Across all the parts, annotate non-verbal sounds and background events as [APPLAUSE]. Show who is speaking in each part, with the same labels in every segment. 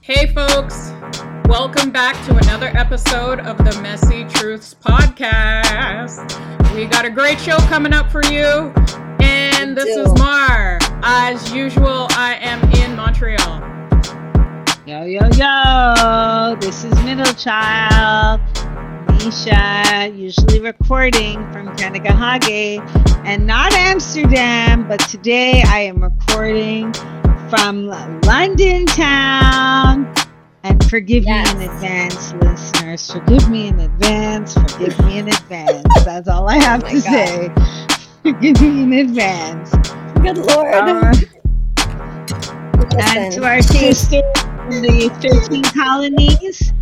Speaker 1: Hey, folks. Welcome back to another episode of the Messy Truths Podcast. We got a great show coming up for you. And this is Mar. As usual, I am in Montreal.
Speaker 2: Yo, yo, yo! This is Middle Child, Nisha, usually recording from Kanagahage and not Amsterdam, but today I am recording from London town. And forgive
Speaker 3: Yes.
Speaker 2: me in advance, listeners. Forgive me in advance. Forgive me in advance. That's all I have
Speaker 3: Oh my
Speaker 2: to
Speaker 3: God.
Speaker 2: say. [LAUGHS] Forgive me in advance.
Speaker 3: Good lord.
Speaker 2: Uh,
Speaker 3: Listen,
Speaker 2: And to our
Speaker 3: she's-
Speaker 2: sisters in the 13 colonies,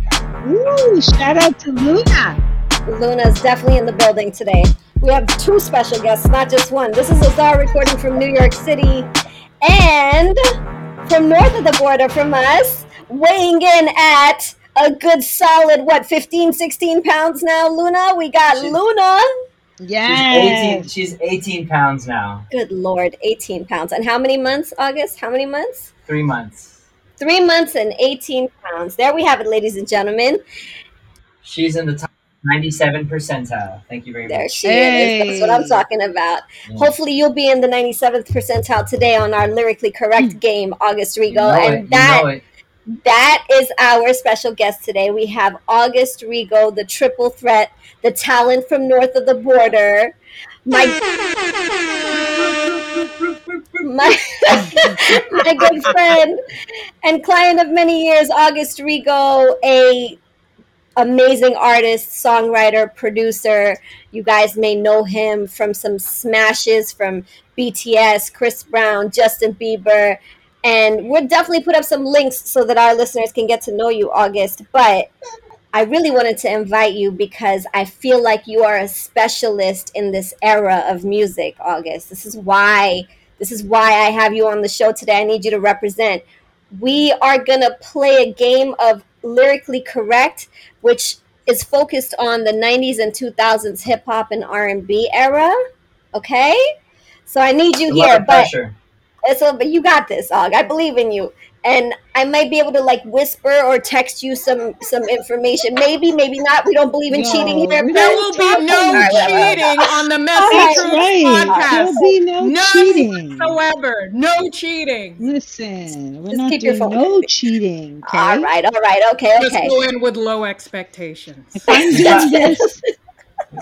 Speaker 2: ooh, shout out to Luna.
Speaker 3: Luna's definitely in the building today. We have two special guests, not just one. This is Azar recording from New York City and from north of the border from us, weighing in at a good solid, what, 15, 16 pounds now, Luna? We got
Speaker 4: She's-
Speaker 3: Luna.
Speaker 4: She's
Speaker 2: Yes.
Speaker 4: 18, she's 18 pounds now.
Speaker 3: Good lord, 18 pounds. And how many months, August? How many months?
Speaker 4: Three months.
Speaker 3: Three months and 18 pounds. There we have it, ladies and gentlemen.
Speaker 4: She's in the top 97 percentile. Thank you very
Speaker 3: There
Speaker 4: much.
Speaker 3: she is. That's what I'm
Speaker 2: Hey.
Speaker 3: talking about.
Speaker 4: Yeah.
Speaker 3: Hopefully, you'll be in the 97th percentile today on our lyrically correct game, August Rigo.
Speaker 4: Mm. You know it,
Speaker 3: and
Speaker 4: you know
Speaker 3: that
Speaker 4: it.
Speaker 3: that is our special guest today. We have August Rigo, the triple threat, the talent from north of the border. My my, [LAUGHS] my good friend and client of many years, August Rigo, a amazing artist, songwriter, producer. You guys may know him from some smashes from BTS, Chris Brown, Justin Bieber, and we'll definitely put up some links so that our listeners can get to know you, August. But I really wanted to invite you because I feel like you are a specialist in this era of music, August. This is why this is why I have you on the show today. I need you to represent. We are gonna play a game of lyrically correct, which is focused on the 90s and 2000s hip hop and R&B era. Okay, so I need you
Speaker 4: A lot
Speaker 3: here,
Speaker 4: of
Speaker 3: but
Speaker 4: pressure.
Speaker 3: and So, but you got this, Og. I believe in you, and I might be able to like whisper or text you some some information. Maybe, maybe not. We don't believe in
Speaker 2: No,
Speaker 3: cheating
Speaker 2: we
Speaker 3: here.
Speaker 2: don't
Speaker 3: but-
Speaker 1: There will be
Speaker 3: All
Speaker 1: no
Speaker 3: right, all right, all
Speaker 1: cheating on
Speaker 3: [LAUGHS]
Speaker 1: the Messy
Speaker 3: That's
Speaker 2: That's
Speaker 1: Truths
Speaker 2: right.
Speaker 1: Podcast.
Speaker 2: There'll be no
Speaker 1: None
Speaker 3: [LAUGHS]
Speaker 2: cheating.
Speaker 1: However, no cheating.
Speaker 2: Listen, we're
Speaker 3: Just
Speaker 2: not
Speaker 3: keep your
Speaker 2: doing
Speaker 3: phone
Speaker 2: no
Speaker 3: handy.
Speaker 2: cheating. Okay?
Speaker 3: right. All right, all right, okay,
Speaker 1: Just
Speaker 3: okay.
Speaker 1: go in with low expectations.
Speaker 2: If
Speaker 1: [LAUGHS]
Speaker 2: I'm doing this,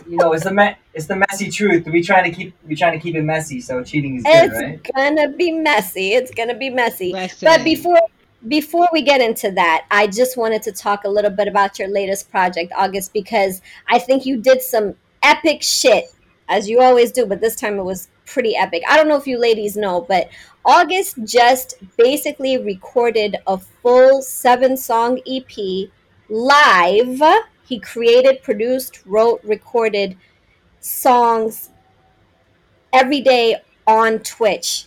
Speaker 4: You know, it's the me- it's the messy truth. We trying to keep we trying to keep it messy, so cheating is good, right?
Speaker 3: It's gonna be messy. It's gonna be messy.
Speaker 2: listen,
Speaker 3: But before before we get into that, I just wanted to talk a little bit about your latest project, August, because I think you did some epic shit, as you always do, but this time it was pretty epic. I don't know if you ladies know, but August just basically recorded a full seven song EP live. He created, produced, wrote, recorded songs every day on Twitch,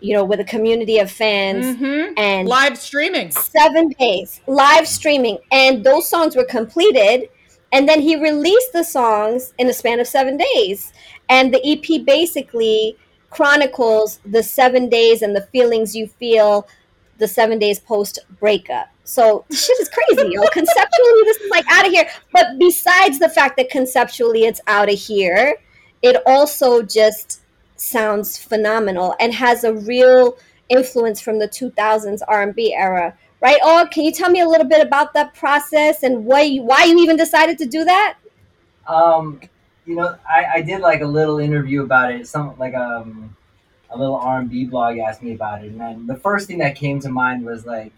Speaker 3: you know, with a community of fans
Speaker 1: hmm
Speaker 3: and
Speaker 1: Live streaming.
Speaker 3: seven days live streaming and those songs were completed and then he released the songs in a span of seven days and the ep basically chronicles the seven days and the feelings you feel the seven days post breakup so shit is crazy yo. conceptually this is like out of here but besides the fact that conceptually it's out of here it also just sounds phenomenal and has a real influence from the 2000s r&b era right oh can you tell me a little bit about that process and why you, why you even decided to do that [LAUGHS]
Speaker 4: Um, you know, I, I did like a little interview about it. Some like um, a little R and B blog asked me about it, and then the first thing that came to mind was like,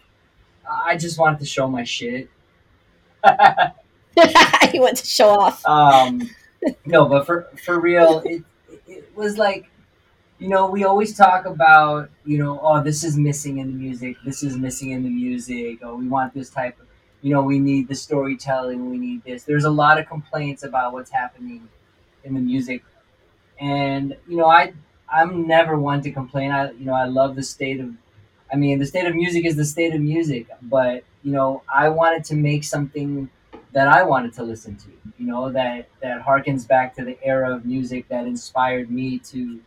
Speaker 4: I just wanted to show my shit.
Speaker 3: you went to show off
Speaker 4: um no but for for real it it was like you know we always talk about you know oh this is missing in the music this is missing in the music oh we want this type of you know we need the storytelling we need this there's a lot of complaints about what's happening in the music and you know i i'm never one to complain i you know i love the state of i mean the state of music is the state of music but you know i wanted to make something that I wanted to listen to. You know that that harkens back to the era of music that inspired me to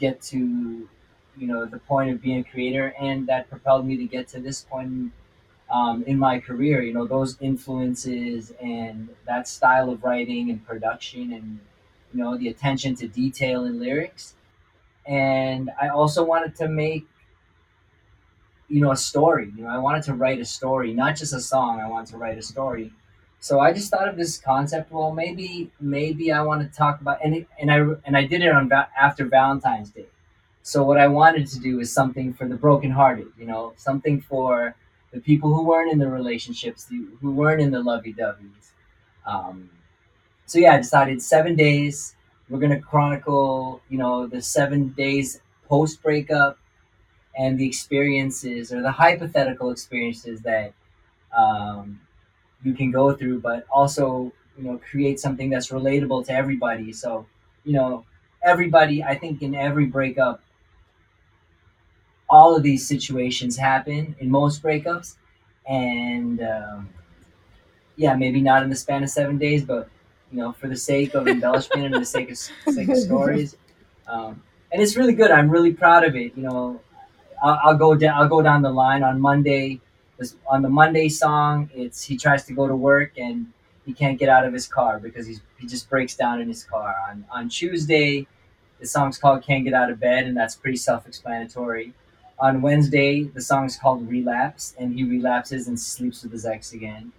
Speaker 4: get to you know the point of being a creator, and that propelled me to get to this point um, in my career. You know, those influences and that style of writing and production and, you know, the attention to detail in lyrics. And I also wanted to make, you know, a story. You know, I wanted to write a story, not just a song. I wanted to write a story. So I just thought of this concept. Well, maybe maybe I want to talk about and it, and I and I did it on after Valentine's Day. So what I wanted to do is something for the brokenhearted, you know, something for the people who weren't in the relationships, who weren't in the lovey-doveys. Um, so yeah, I decided seven days. We're gonna chronicle, you know, the seven days post breakup and the experiences or the hypothetical experiences that um, you can go through, but also you know create something that's relatable to everybody. So you know everybody, I think in every breakup, all of these situations happen in most breakups, and um, yeah, maybe not in the span of seven days, but you know for the sake of embellishment and the sake of, sake of stories, um, and it's really good. I'm really proud of it. You know, I'll, I'll go down. I'll go down the line on Monday on the Monday song, it's he tries to go to work and he can't get out of his car because he's, he just breaks down in his car. On on Tuesday, the song's called "Can't Get Out of Bed" and that's pretty self-explanatory. On Wednesday, the song's called "Relapse" and he relapses and sleeps with his ex again.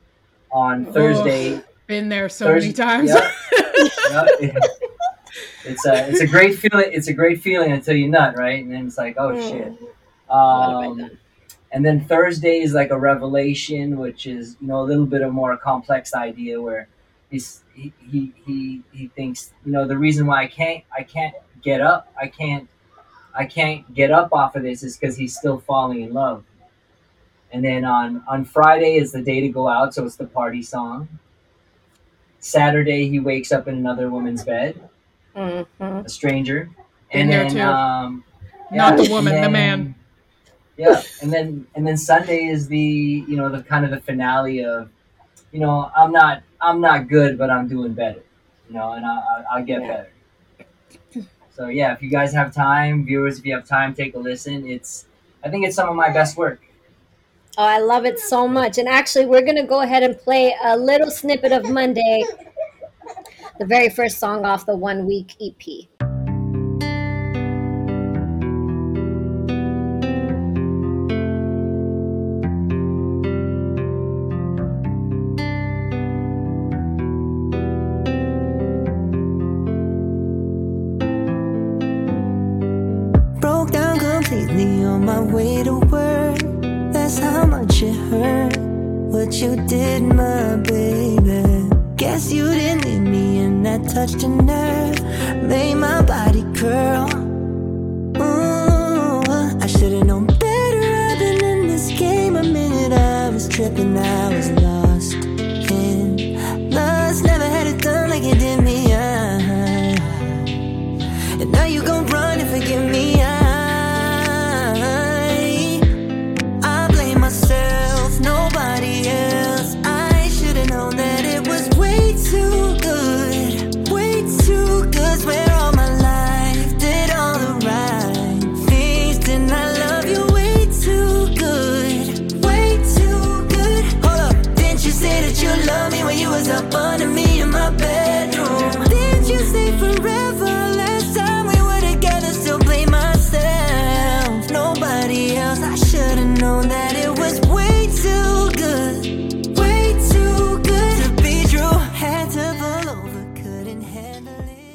Speaker 4: On Thursday, oh,
Speaker 1: been there so Thursday, many times.
Speaker 4: Yep,
Speaker 1: [LAUGHS]
Speaker 4: yep, it, it's a it's a great feeling. It's a great feeling until you nut, right? And then it's like, oh shit. Um, and then Thursday is like a revelation, which is you know a little bit of more complex idea where he's, he he he he thinks you know the reason why I can't I can't get up I can't I can't get up off of this is because he's still falling in love. And then on on Friday is the day to go out, so it's the party song. Saturday he wakes up in another woman's bed, mm-hmm. a stranger, and
Speaker 1: Been
Speaker 4: then um,
Speaker 1: not yeah, the woman, the man
Speaker 4: yeah and then and then sunday is the you know the kind of the finale of you know i'm not i'm not good but i'm doing better you know and i i, I get yeah. better so yeah if you guys have time viewers if you have time take a listen it's i think it's some of my best work
Speaker 3: oh i love it so much and actually we're gonna go ahead and play a little snippet of monday the very first song off the one week E ep
Speaker 5: you did, my baby. Guess you didn't need me, and that touched a nerve, made my body curl. Ooh, I should've known better. I've been in this game a minute. I was tripping, I was lost in lust. Never had it done like you did me. Uh-huh. I, and now you gon' run and forgive me. I,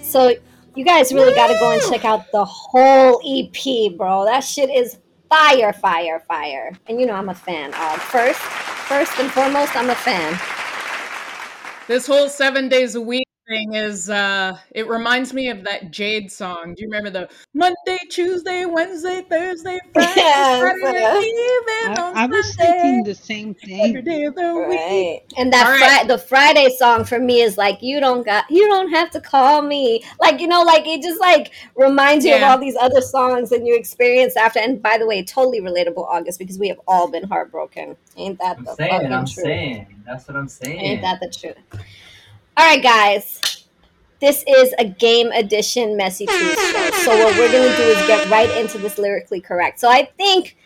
Speaker 3: So you guys really got to go and check out the whole EP, bro. That shit is fire, fire, fire. And you know I'm a fan. Uh, first, first and foremost, I'm a fan.
Speaker 1: This whole seven days a week thing is uh it reminds me of that jade song do you remember the monday tuesday wednesday thursday friday, yes, friday
Speaker 2: uh, I, I, was Sunday, thinking the same thing
Speaker 1: the
Speaker 3: right. and that fri- right. the friday song for me is like you don't got you don't have to call me like you know like it just like reminds you yeah. of all these other songs and you experience after and by the way totally relatable august because we have all been heartbroken ain't that
Speaker 4: I'm
Speaker 3: the
Speaker 4: saying,
Speaker 3: fucking
Speaker 4: I'm
Speaker 3: truth
Speaker 4: saying. that's what i'm saying
Speaker 3: ain't that the truth all right, guys. This is a game edition messy truth show. So what we're gonna do is get right into this lyrically correct. So I think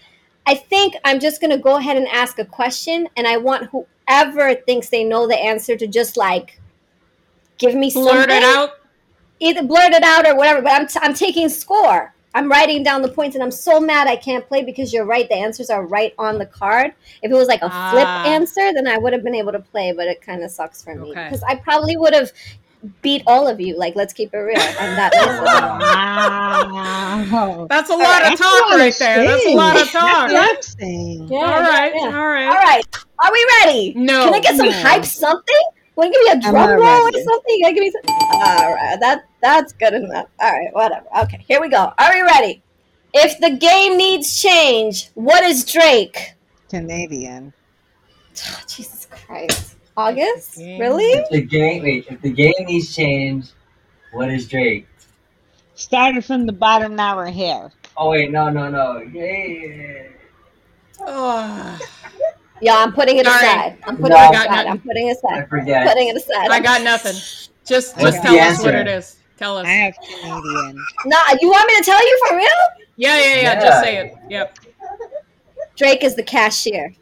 Speaker 3: I think I'm just going to go ahead and ask a question, and I want whoever thinks they know the answer to just like give me something.
Speaker 1: Blurt it out.
Speaker 3: Either blurt it out or whatever, but I'm, t- I'm taking score. I'm writing down the points, and I'm so mad I can't play because you're right. The answers are right on the card. If it was like a flip
Speaker 1: Ah.
Speaker 3: answer, then I would have been able to play, but it kind of sucks for me
Speaker 1: Okay.
Speaker 3: because I probably would have beat all of you. Like, let's keep it real. I'm that. miserable.
Speaker 2: Wow.
Speaker 1: [LAUGHS] That's a lot of
Speaker 2: That's a
Speaker 1: talk
Speaker 2: lot of
Speaker 1: right there. That's a
Speaker 2: shit.
Speaker 1: lot of
Speaker 2: That's what
Speaker 1: talk.
Speaker 2: I'm saying.
Speaker 3: [LAUGHS] Yeah,
Speaker 1: All right.
Speaker 3: yeah,
Speaker 1: All
Speaker 3: yeah.
Speaker 1: right.
Speaker 3: All right. Are we ready?
Speaker 1: No.
Speaker 3: Can I get some
Speaker 2: No.
Speaker 3: hype? Something? Want to give me a
Speaker 2: I'm
Speaker 3: drum
Speaker 2: not
Speaker 3: roll or
Speaker 2: ready.
Speaker 3: something? You gotta give me some. All right. That that's good enough. All right. Whatever. Okay. Here we go. Are we ready? If the game needs change, what is Drake? [SIGHS]
Speaker 2: Canadian.
Speaker 3: Jesus Christ. August?
Speaker 1: game
Speaker 3: Really?
Speaker 4: If the game, wait, if the game needs change, what is Drake?
Speaker 2: Started from the bottom, now we're here.
Speaker 4: Oh wait, no, no, no. Yeah.
Speaker 1: Ugh.
Speaker 3: Yeah, I'm putting it
Speaker 1: Sorry.
Speaker 3: aside. I'm putting
Speaker 4: No. I
Speaker 3: it
Speaker 1: got
Speaker 3: aside.
Speaker 1: nothing.
Speaker 3: I'm putting it
Speaker 4: I
Speaker 3: aside.
Speaker 4: forget.
Speaker 3: Putting it aside.
Speaker 1: I got nothing. Just
Speaker 4: What's
Speaker 1: just
Speaker 4: the
Speaker 1: tell us what it
Speaker 4: answer?
Speaker 1: is. Tell us.
Speaker 2: I
Speaker 1: Yeah,
Speaker 2: have Canadian.
Speaker 3: Nah, you want me to tell you for real?
Speaker 1: yeah, yeah.
Speaker 4: Yeah.
Speaker 1: Just say it. Yep.
Speaker 3: Drake is the cashier.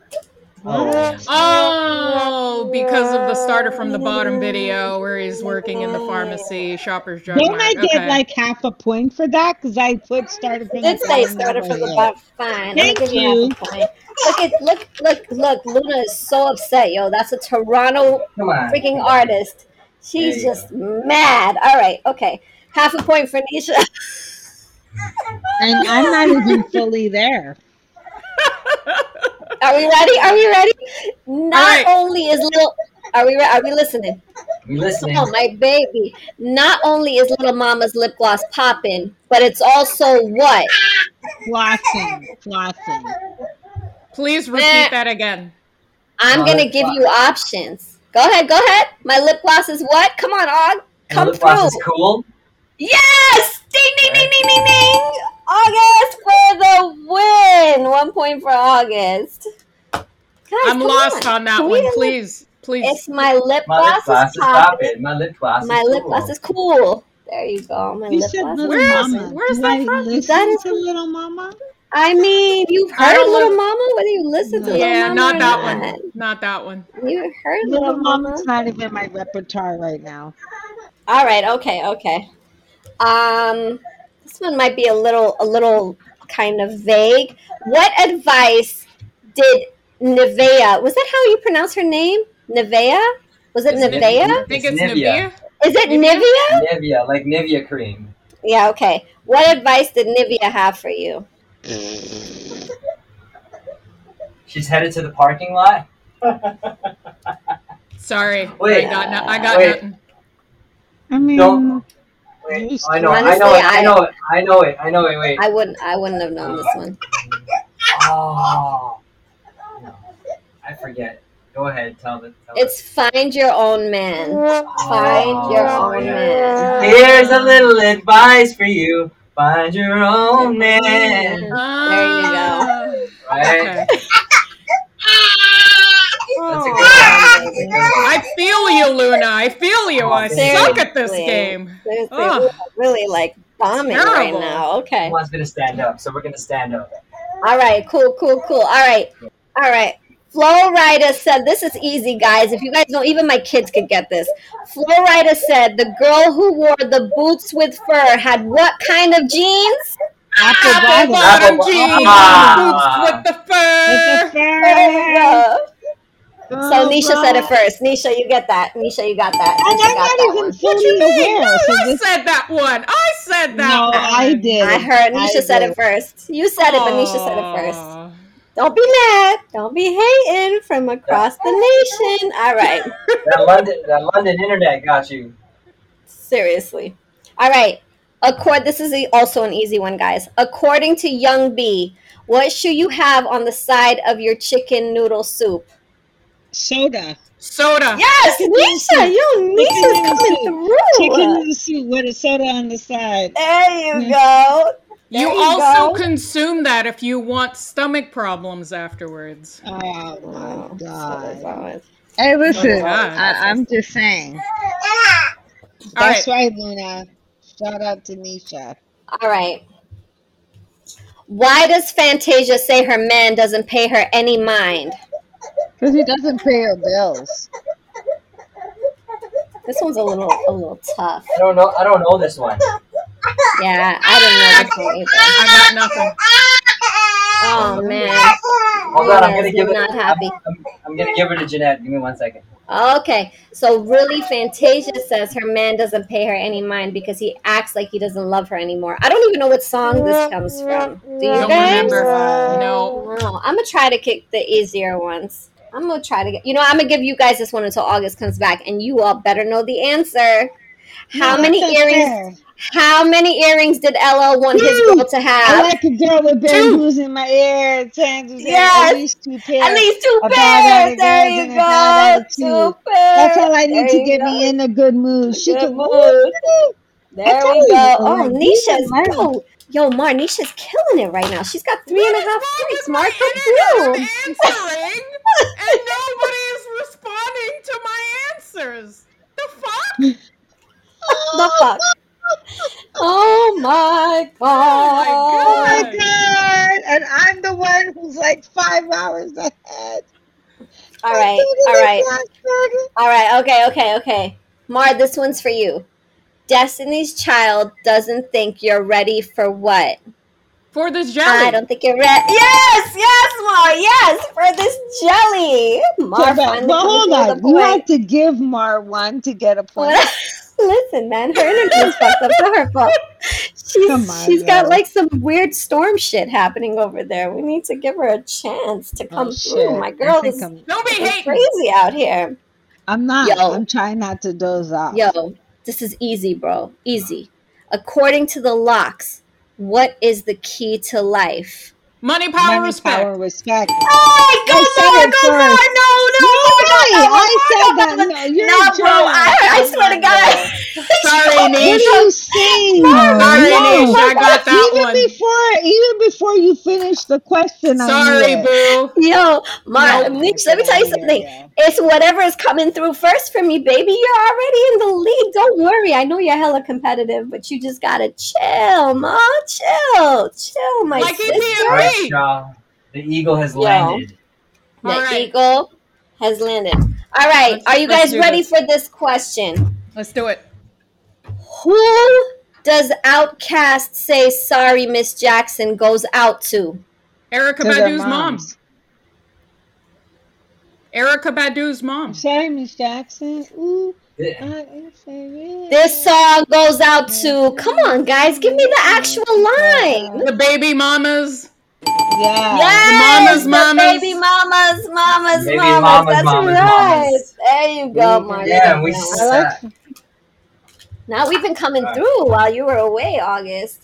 Speaker 4: Oh.
Speaker 1: Oh, because of the starter from the bottom video where he's working in the pharmacy, shoppers drug
Speaker 2: Didn't
Speaker 1: mart.
Speaker 2: I get
Speaker 1: Oh Okay.
Speaker 2: like half a point for that? Because I put started from
Speaker 3: Did
Speaker 2: the
Speaker 3: say
Speaker 2: bottom, now
Speaker 3: started
Speaker 2: we're
Speaker 3: from the
Speaker 2: here.
Speaker 3: bottom. Fine.
Speaker 2: Thank
Speaker 3: I'm gonna give
Speaker 2: you.
Speaker 3: half a point. Look at look look look. Luna is so upset, yo. That's a Toronto
Speaker 4: Come on.
Speaker 3: freaking artist. She's
Speaker 4: There you
Speaker 3: just mad. All right, okay. Half a point for Nisha. [LAUGHS]
Speaker 2: And I'm not even fully there.
Speaker 3: Are we ready? Are we ready? Not
Speaker 1: right.
Speaker 3: only is little. Are we re- are we listening?
Speaker 4: We listening.
Speaker 3: Oh my baby! Not only is little mama's lip gloss popping, but it's also what?
Speaker 2: Flossing. Flossing.
Speaker 1: Please repeat
Speaker 3: Meh.
Speaker 1: that again.
Speaker 3: I'm
Speaker 4: Oh,
Speaker 3: gonna
Speaker 4: that's
Speaker 3: give
Speaker 4: fine.
Speaker 3: you options. Go ahead, go ahead. My lip gloss is what? Come on, Og.
Speaker 4: My
Speaker 3: Come
Speaker 4: lip
Speaker 3: through.
Speaker 4: gloss is cool.
Speaker 3: Yes! Ding, ding, ding, ding, ding, ding! August for the win! One point for August. Guys,
Speaker 1: I'm
Speaker 3: come
Speaker 1: lost on, that
Speaker 3: Can we
Speaker 1: one.
Speaker 3: get a-
Speaker 1: Please, please.
Speaker 3: It's my lip
Speaker 4: My
Speaker 3: gloss
Speaker 4: lip gloss
Speaker 3: is
Speaker 4: is
Speaker 3: popping.
Speaker 4: popping. My lip gloss.
Speaker 3: My
Speaker 4: is
Speaker 3: lip
Speaker 4: cool.
Speaker 3: gloss is cool. There you go. My
Speaker 2: You
Speaker 3: lip
Speaker 2: said
Speaker 3: gloss
Speaker 2: little
Speaker 1: Where is-
Speaker 2: mama.
Speaker 1: where is
Speaker 2: Do
Speaker 1: that
Speaker 2: I
Speaker 1: from?
Speaker 2: Listen
Speaker 3: That is-
Speaker 2: to little mama.
Speaker 3: I mean, you've
Speaker 1: I
Speaker 3: heard
Speaker 1: don't
Speaker 3: Little
Speaker 1: know-
Speaker 3: Mama, whether you listen to
Speaker 2: No.
Speaker 3: Little
Speaker 1: yeah,
Speaker 3: Mama
Speaker 1: not
Speaker 3: or
Speaker 1: that
Speaker 3: not.
Speaker 1: one. Not that one.
Speaker 3: You heard Little,
Speaker 2: Little
Speaker 3: Mama.
Speaker 2: mama's not even in my repertoire right now.
Speaker 3: All right. Okay. Okay. Um, this one might be a little, a little kind of vague. What advice did Nevea? Was that how you pronounce her name? Nevea? Was it
Speaker 1: Is it-
Speaker 3: Nevea?
Speaker 1: I think it's
Speaker 4: It's
Speaker 1: Nivea.
Speaker 4: Nivea.
Speaker 3: Is it
Speaker 1: Nivea?
Speaker 3: Nivea?
Speaker 4: Nivea, like Nivea cream.
Speaker 3: Yeah. Okay. What advice did Nivea have for you?
Speaker 4: She's headed to the parking lot.
Speaker 1: Sorry,
Speaker 4: Wait.
Speaker 1: I got no, I got
Speaker 4: Wait.
Speaker 1: nothing.
Speaker 2: I mean,
Speaker 1: Mm.
Speaker 4: Don't. Wait, I know, I know
Speaker 3: Honestly,
Speaker 4: it, I know it, I know it, I know it. Wait.
Speaker 3: I wouldn't. I wouldn't have known this one.
Speaker 4: Oh. I forget. Go ahead, tell the. Tell
Speaker 3: It's find your own man.
Speaker 4: the-
Speaker 3: Find your
Speaker 4: Oh,
Speaker 3: own
Speaker 4: yeah.
Speaker 3: man.
Speaker 4: Here's a little advice for you. Find your own man.
Speaker 1: Ah,
Speaker 4: Right?
Speaker 1: Okay.
Speaker 4: That's a good one.
Speaker 1: I feel you, Luna. I feel you. I suck at this
Speaker 3: Seriously.
Speaker 1: game.
Speaker 3: Seriously, we
Speaker 1: Ugh.
Speaker 3: are really like bombing right
Speaker 1: Terrible.
Speaker 3: now. Okay.
Speaker 4: Everyone's gonna stand up, so we're gonna stand up.
Speaker 3: All right, cool, cool, cool. All right, all right. Flowrida said, "This is easy, guys. If you guys don't, even my kids could get this." Flowrida said, "The girl who wore the boots with fur had what kind of jeans?"
Speaker 2: Apple
Speaker 1: Apple
Speaker 2: bottom.
Speaker 1: bottom
Speaker 4: Apple
Speaker 1: jeans,
Speaker 4: bottom.
Speaker 1: boots with the
Speaker 2: It's a
Speaker 1: fur.
Speaker 3: [LAUGHS]
Speaker 2: fair.
Speaker 3: So
Speaker 2: Oh,
Speaker 3: Nisha said it first. Nisha, you get that. Nisha, you got that.
Speaker 2: And
Speaker 3: Nisha
Speaker 2: I'm
Speaker 3: got
Speaker 2: not
Speaker 3: that
Speaker 2: even
Speaker 3: one.
Speaker 2: fully aware. So
Speaker 1: I
Speaker 2: this,
Speaker 1: said that one. I said that.
Speaker 2: no,
Speaker 1: one.
Speaker 2: I did.
Speaker 3: I heard Nisha
Speaker 2: I
Speaker 3: said
Speaker 2: did.
Speaker 3: it first. You said it, but Nisha said it first.
Speaker 1: Aw.
Speaker 3: Don't be mad. Don't be hating from across the nation. All right.
Speaker 4: That London, that London internet got you.
Speaker 3: Seriously. All right. Accord. This is a, also an easy one, guys. According to Young B, what should you have on the side of your chicken noodle soup?
Speaker 2: Soda.
Speaker 1: Soda.
Speaker 3: Yes,
Speaker 2: Chicken noodle
Speaker 3: Nisha.
Speaker 2: soup.
Speaker 3: Yo,
Speaker 2: Chicken
Speaker 3: Nisha's
Speaker 2: noodle
Speaker 3: coming
Speaker 2: soup.
Speaker 3: through. Mm-hmm.
Speaker 2: Chicken noodle soup with a soda on the side.
Speaker 3: there you
Speaker 2: Mm.
Speaker 3: go.
Speaker 1: You
Speaker 3: There you
Speaker 1: also
Speaker 3: go.
Speaker 1: consume that if you want stomach problems afterwards.
Speaker 2: Oh
Speaker 3: Oh,
Speaker 2: my
Speaker 3: so Oh
Speaker 2: god.
Speaker 3: that's
Speaker 2: Hey, listen.
Speaker 1: God.
Speaker 2: I, I'm just saying.
Speaker 1: All
Speaker 2: That's
Speaker 1: right.
Speaker 2: right, Luna. Shout out to Nisha.
Speaker 3: All right. Why does Fantasia say her man doesn't pay her any mind?
Speaker 2: Because he doesn't pay her bills.
Speaker 3: This one's a little a little tough.
Speaker 4: I don't know. I don't know this one.
Speaker 3: Yeah, I didn't know this one either.
Speaker 1: I got nothing.
Speaker 3: Oh man.
Speaker 4: Hold on, I'm gonna
Speaker 3: Yes,
Speaker 4: give it.
Speaker 3: not
Speaker 4: I'm,
Speaker 3: happy.
Speaker 4: I'm- I'm gonna give it to Jeanette. Give me one second.
Speaker 3: Okay, so really, Fantasia says her man doesn't pay her any mind because he acts like he doesn't love her anymore. I don't even know what song this comes from. Do you
Speaker 1: Don't
Speaker 3: guys?
Speaker 1: remember. No.
Speaker 3: Wow, I'm gonna try to kick the easier ones. I'm gonna try to get. You know, I'm gonna give you guys this one until August comes back, and you all better know the answer. How
Speaker 2: No,
Speaker 3: many
Speaker 2: that's
Speaker 3: earrings?
Speaker 2: unfair.
Speaker 3: How many earrings did LL want his
Speaker 2: Two.
Speaker 3: girl to
Speaker 2: I
Speaker 3: have?
Speaker 2: like a girl with bamboos in my ear, tangles,
Speaker 3: Yes.
Speaker 2: at least two pairs.
Speaker 3: At least two
Speaker 2: A bad
Speaker 3: pairs.
Speaker 2: attitude
Speaker 3: There
Speaker 2: is
Speaker 3: you
Speaker 2: a bad
Speaker 3: go.
Speaker 2: attitude.
Speaker 3: Two pairs.
Speaker 2: That's all I need
Speaker 3: There
Speaker 2: to
Speaker 3: you
Speaker 2: get
Speaker 3: go.
Speaker 2: me in a good mood. She
Speaker 3: Good
Speaker 2: can.
Speaker 3: mood. There
Speaker 2: That's
Speaker 3: we
Speaker 2: all you
Speaker 3: go.
Speaker 2: need.
Speaker 3: Oh,
Speaker 2: Like, these are
Speaker 3: Nisha's
Speaker 2: mine.
Speaker 3: yo, yo, Mar, Nisha's killing it right now. She's got three and a half points. Mar, come
Speaker 1: Internet
Speaker 3: through.
Speaker 1: is answering, and nobody is responding to my answers. The fuck?
Speaker 3: The fuck. Oh my god.
Speaker 2: Oh my
Speaker 1: God.
Speaker 2: god! And I'm the one who's like five hours ahead.
Speaker 3: All right, all right, all right. Okay, okay, okay. Mar, this one's for you. Destiny's Child doesn't think you're ready for what?
Speaker 1: For this
Speaker 3: I
Speaker 1: jelly.
Speaker 3: don't think you're ready. Yes, yes, Mar, yes, for this jelly. Mar,
Speaker 2: But,
Speaker 3: finally
Speaker 2: but hold
Speaker 3: coming
Speaker 2: on,
Speaker 3: through
Speaker 2: you
Speaker 3: with a
Speaker 2: have to give Mar one to get a point.
Speaker 3: Well, [LAUGHS] Listen, man, her energy's fucked up. Not her fault. [LAUGHS] She's
Speaker 2: Come on,
Speaker 3: she's got
Speaker 2: yo.
Speaker 3: like some weird storm shit happening over there. We need to give her a chance to come
Speaker 2: Oh,
Speaker 3: through.
Speaker 2: shit.
Speaker 3: My
Speaker 2: I
Speaker 3: girl
Speaker 2: think
Speaker 3: is
Speaker 2: I'm,
Speaker 1: Don't be hating.
Speaker 3: crazy out here.
Speaker 2: I'm not.
Speaker 3: Yo.
Speaker 2: I'm trying not to doze off.
Speaker 3: Yo, this is easy, bro. Easy. According to the locks, what is the key to life?
Speaker 1: Money, power,
Speaker 2: Money,
Speaker 1: respect.
Speaker 2: power, respect.
Speaker 3: Oh,
Speaker 2: go I said more, it go more. first. Why? I said that. No, you're
Speaker 3: No, bro, I- [LAUGHS] I
Speaker 2: drunk.
Speaker 3: swear to
Speaker 2: Oh my
Speaker 3: God.
Speaker 1: Sorry,
Speaker 2: What
Speaker 1: Nish.
Speaker 2: are you saying?
Speaker 1: Sorry,
Speaker 2: No.
Speaker 1: Nish. I got that
Speaker 2: even
Speaker 1: one.
Speaker 2: before, even before you finish the question, I
Speaker 1: Sorry,
Speaker 2: knew it.
Speaker 1: boo.
Speaker 3: Yo, Mar,
Speaker 1: No.
Speaker 3: Mitch, let me tell you something.
Speaker 2: Yeah.
Speaker 3: It's whatever is coming through first for me, baby. You're already in the lead. Don't worry. I know you're hella competitive, but you just gotta chill, ma. Chill, chill, my
Speaker 1: Like
Speaker 3: sister.
Speaker 1: EP
Speaker 4: All
Speaker 1: and
Speaker 4: right,
Speaker 1: Reed.
Speaker 4: y'all. The eagle has
Speaker 3: Yo.
Speaker 4: landed.
Speaker 3: The
Speaker 1: All right.
Speaker 3: eagle has landed. All right.
Speaker 1: Let's-
Speaker 3: Are you
Speaker 1: let's
Speaker 3: guys
Speaker 1: do
Speaker 3: ready
Speaker 1: this.
Speaker 3: for this question?
Speaker 1: Let's do it.
Speaker 3: Who does Outcast say sorry, Miss Jackson goes out to?
Speaker 1: Erica
Speaker 2: To their
Speaker 1: Badu's mom.
Speaker 2: moms.
Speaker 1: Erica Badu's
Speaker 2: I'm
Speaker 1: mom.
Speaker 2: sorry, Miss Jackson. Ooh, I
Speaker 4: Yeah.
Speaker 2: am sorry.
Speaker 3: This song goes out to. Come on, guys. Give me the actual line.
Speaker 1: The baby mamas.
Speaker 2: Yeah.
Speaker 3: Yes,
Speaker 1: The mamas,
Speaker 3: the baby mamas, mamas,
Speaker 4: Baby
Speaker 3: mamas.
Speaker 4: mamas,
Speaker 3: That's
Speaker 4: mamas,
Speaker 3: right.
Speaker 4: mamas.
Speaker 3: There you go, Mark.
Speaker 4: Yeah, we
Speaker 2: I like.
Speaker 3: Now we've been coming
Speaker 4: Right.
Speaker 3: through while you were away, August.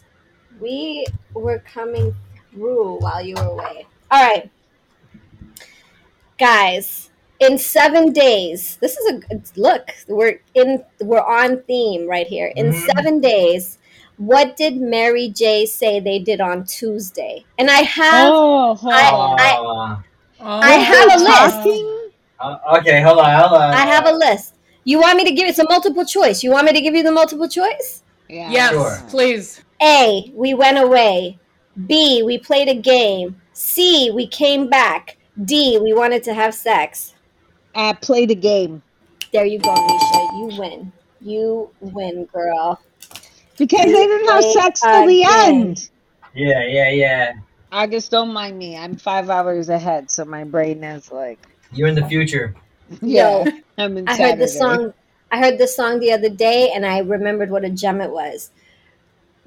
Speaker 3: We were coming through while you were away. All right, guys. In seven days, this is a look. We're in. We're on theme right here. In
Speaker 4: Mhm.
Speaker 3: seven days, what did Mary J say they did on Tuesday? And I have
Speaker 2: Oh, hold on.
Speaker 3: I-
Speaker 4: Aw.
Speaker 1: Oh,
Speaker 3: I have a list.
Speaker 2: Talking?
Speaker 4: Uh, okay, hold on, hold on.
Speaker 3: I have a list. You want me to give it's a multiple choice. You want me to give you the multiple choice?
Speaker 2: Yeah.
Speaker 1: Yes,
Speaker 4: Sure.
Speaker 1: please.
Speaker 3: A, we went away. B, we played a game. C, we came back. D, we wanted to have sex.
Speaker 2: I played a game
Speaker 3: There you go, Nisha. You win. You win, girl.
Speaker 2: because they didn't have
Speaker 3: Played
Speaker 2: sex
Speaker 3: a
Speaker 2: till the
Speaker 3: game.
Speaker 2: end.
Speaker 4: Yeah, yeah, yeah.
Speaker 2: August, don't mind me. I'm five hours ahead, so my brain is like, [LAUGHS]
Speaker 4: You're in the future.
Speaker 2: yeah.
Speaker 3: Yo,
Speaker 2: I'm in
Speaker 3: I heard this
Speaker 2: Saturday.
Speaker 3: song. I heard this song the other day, and I remembered what a gem it was.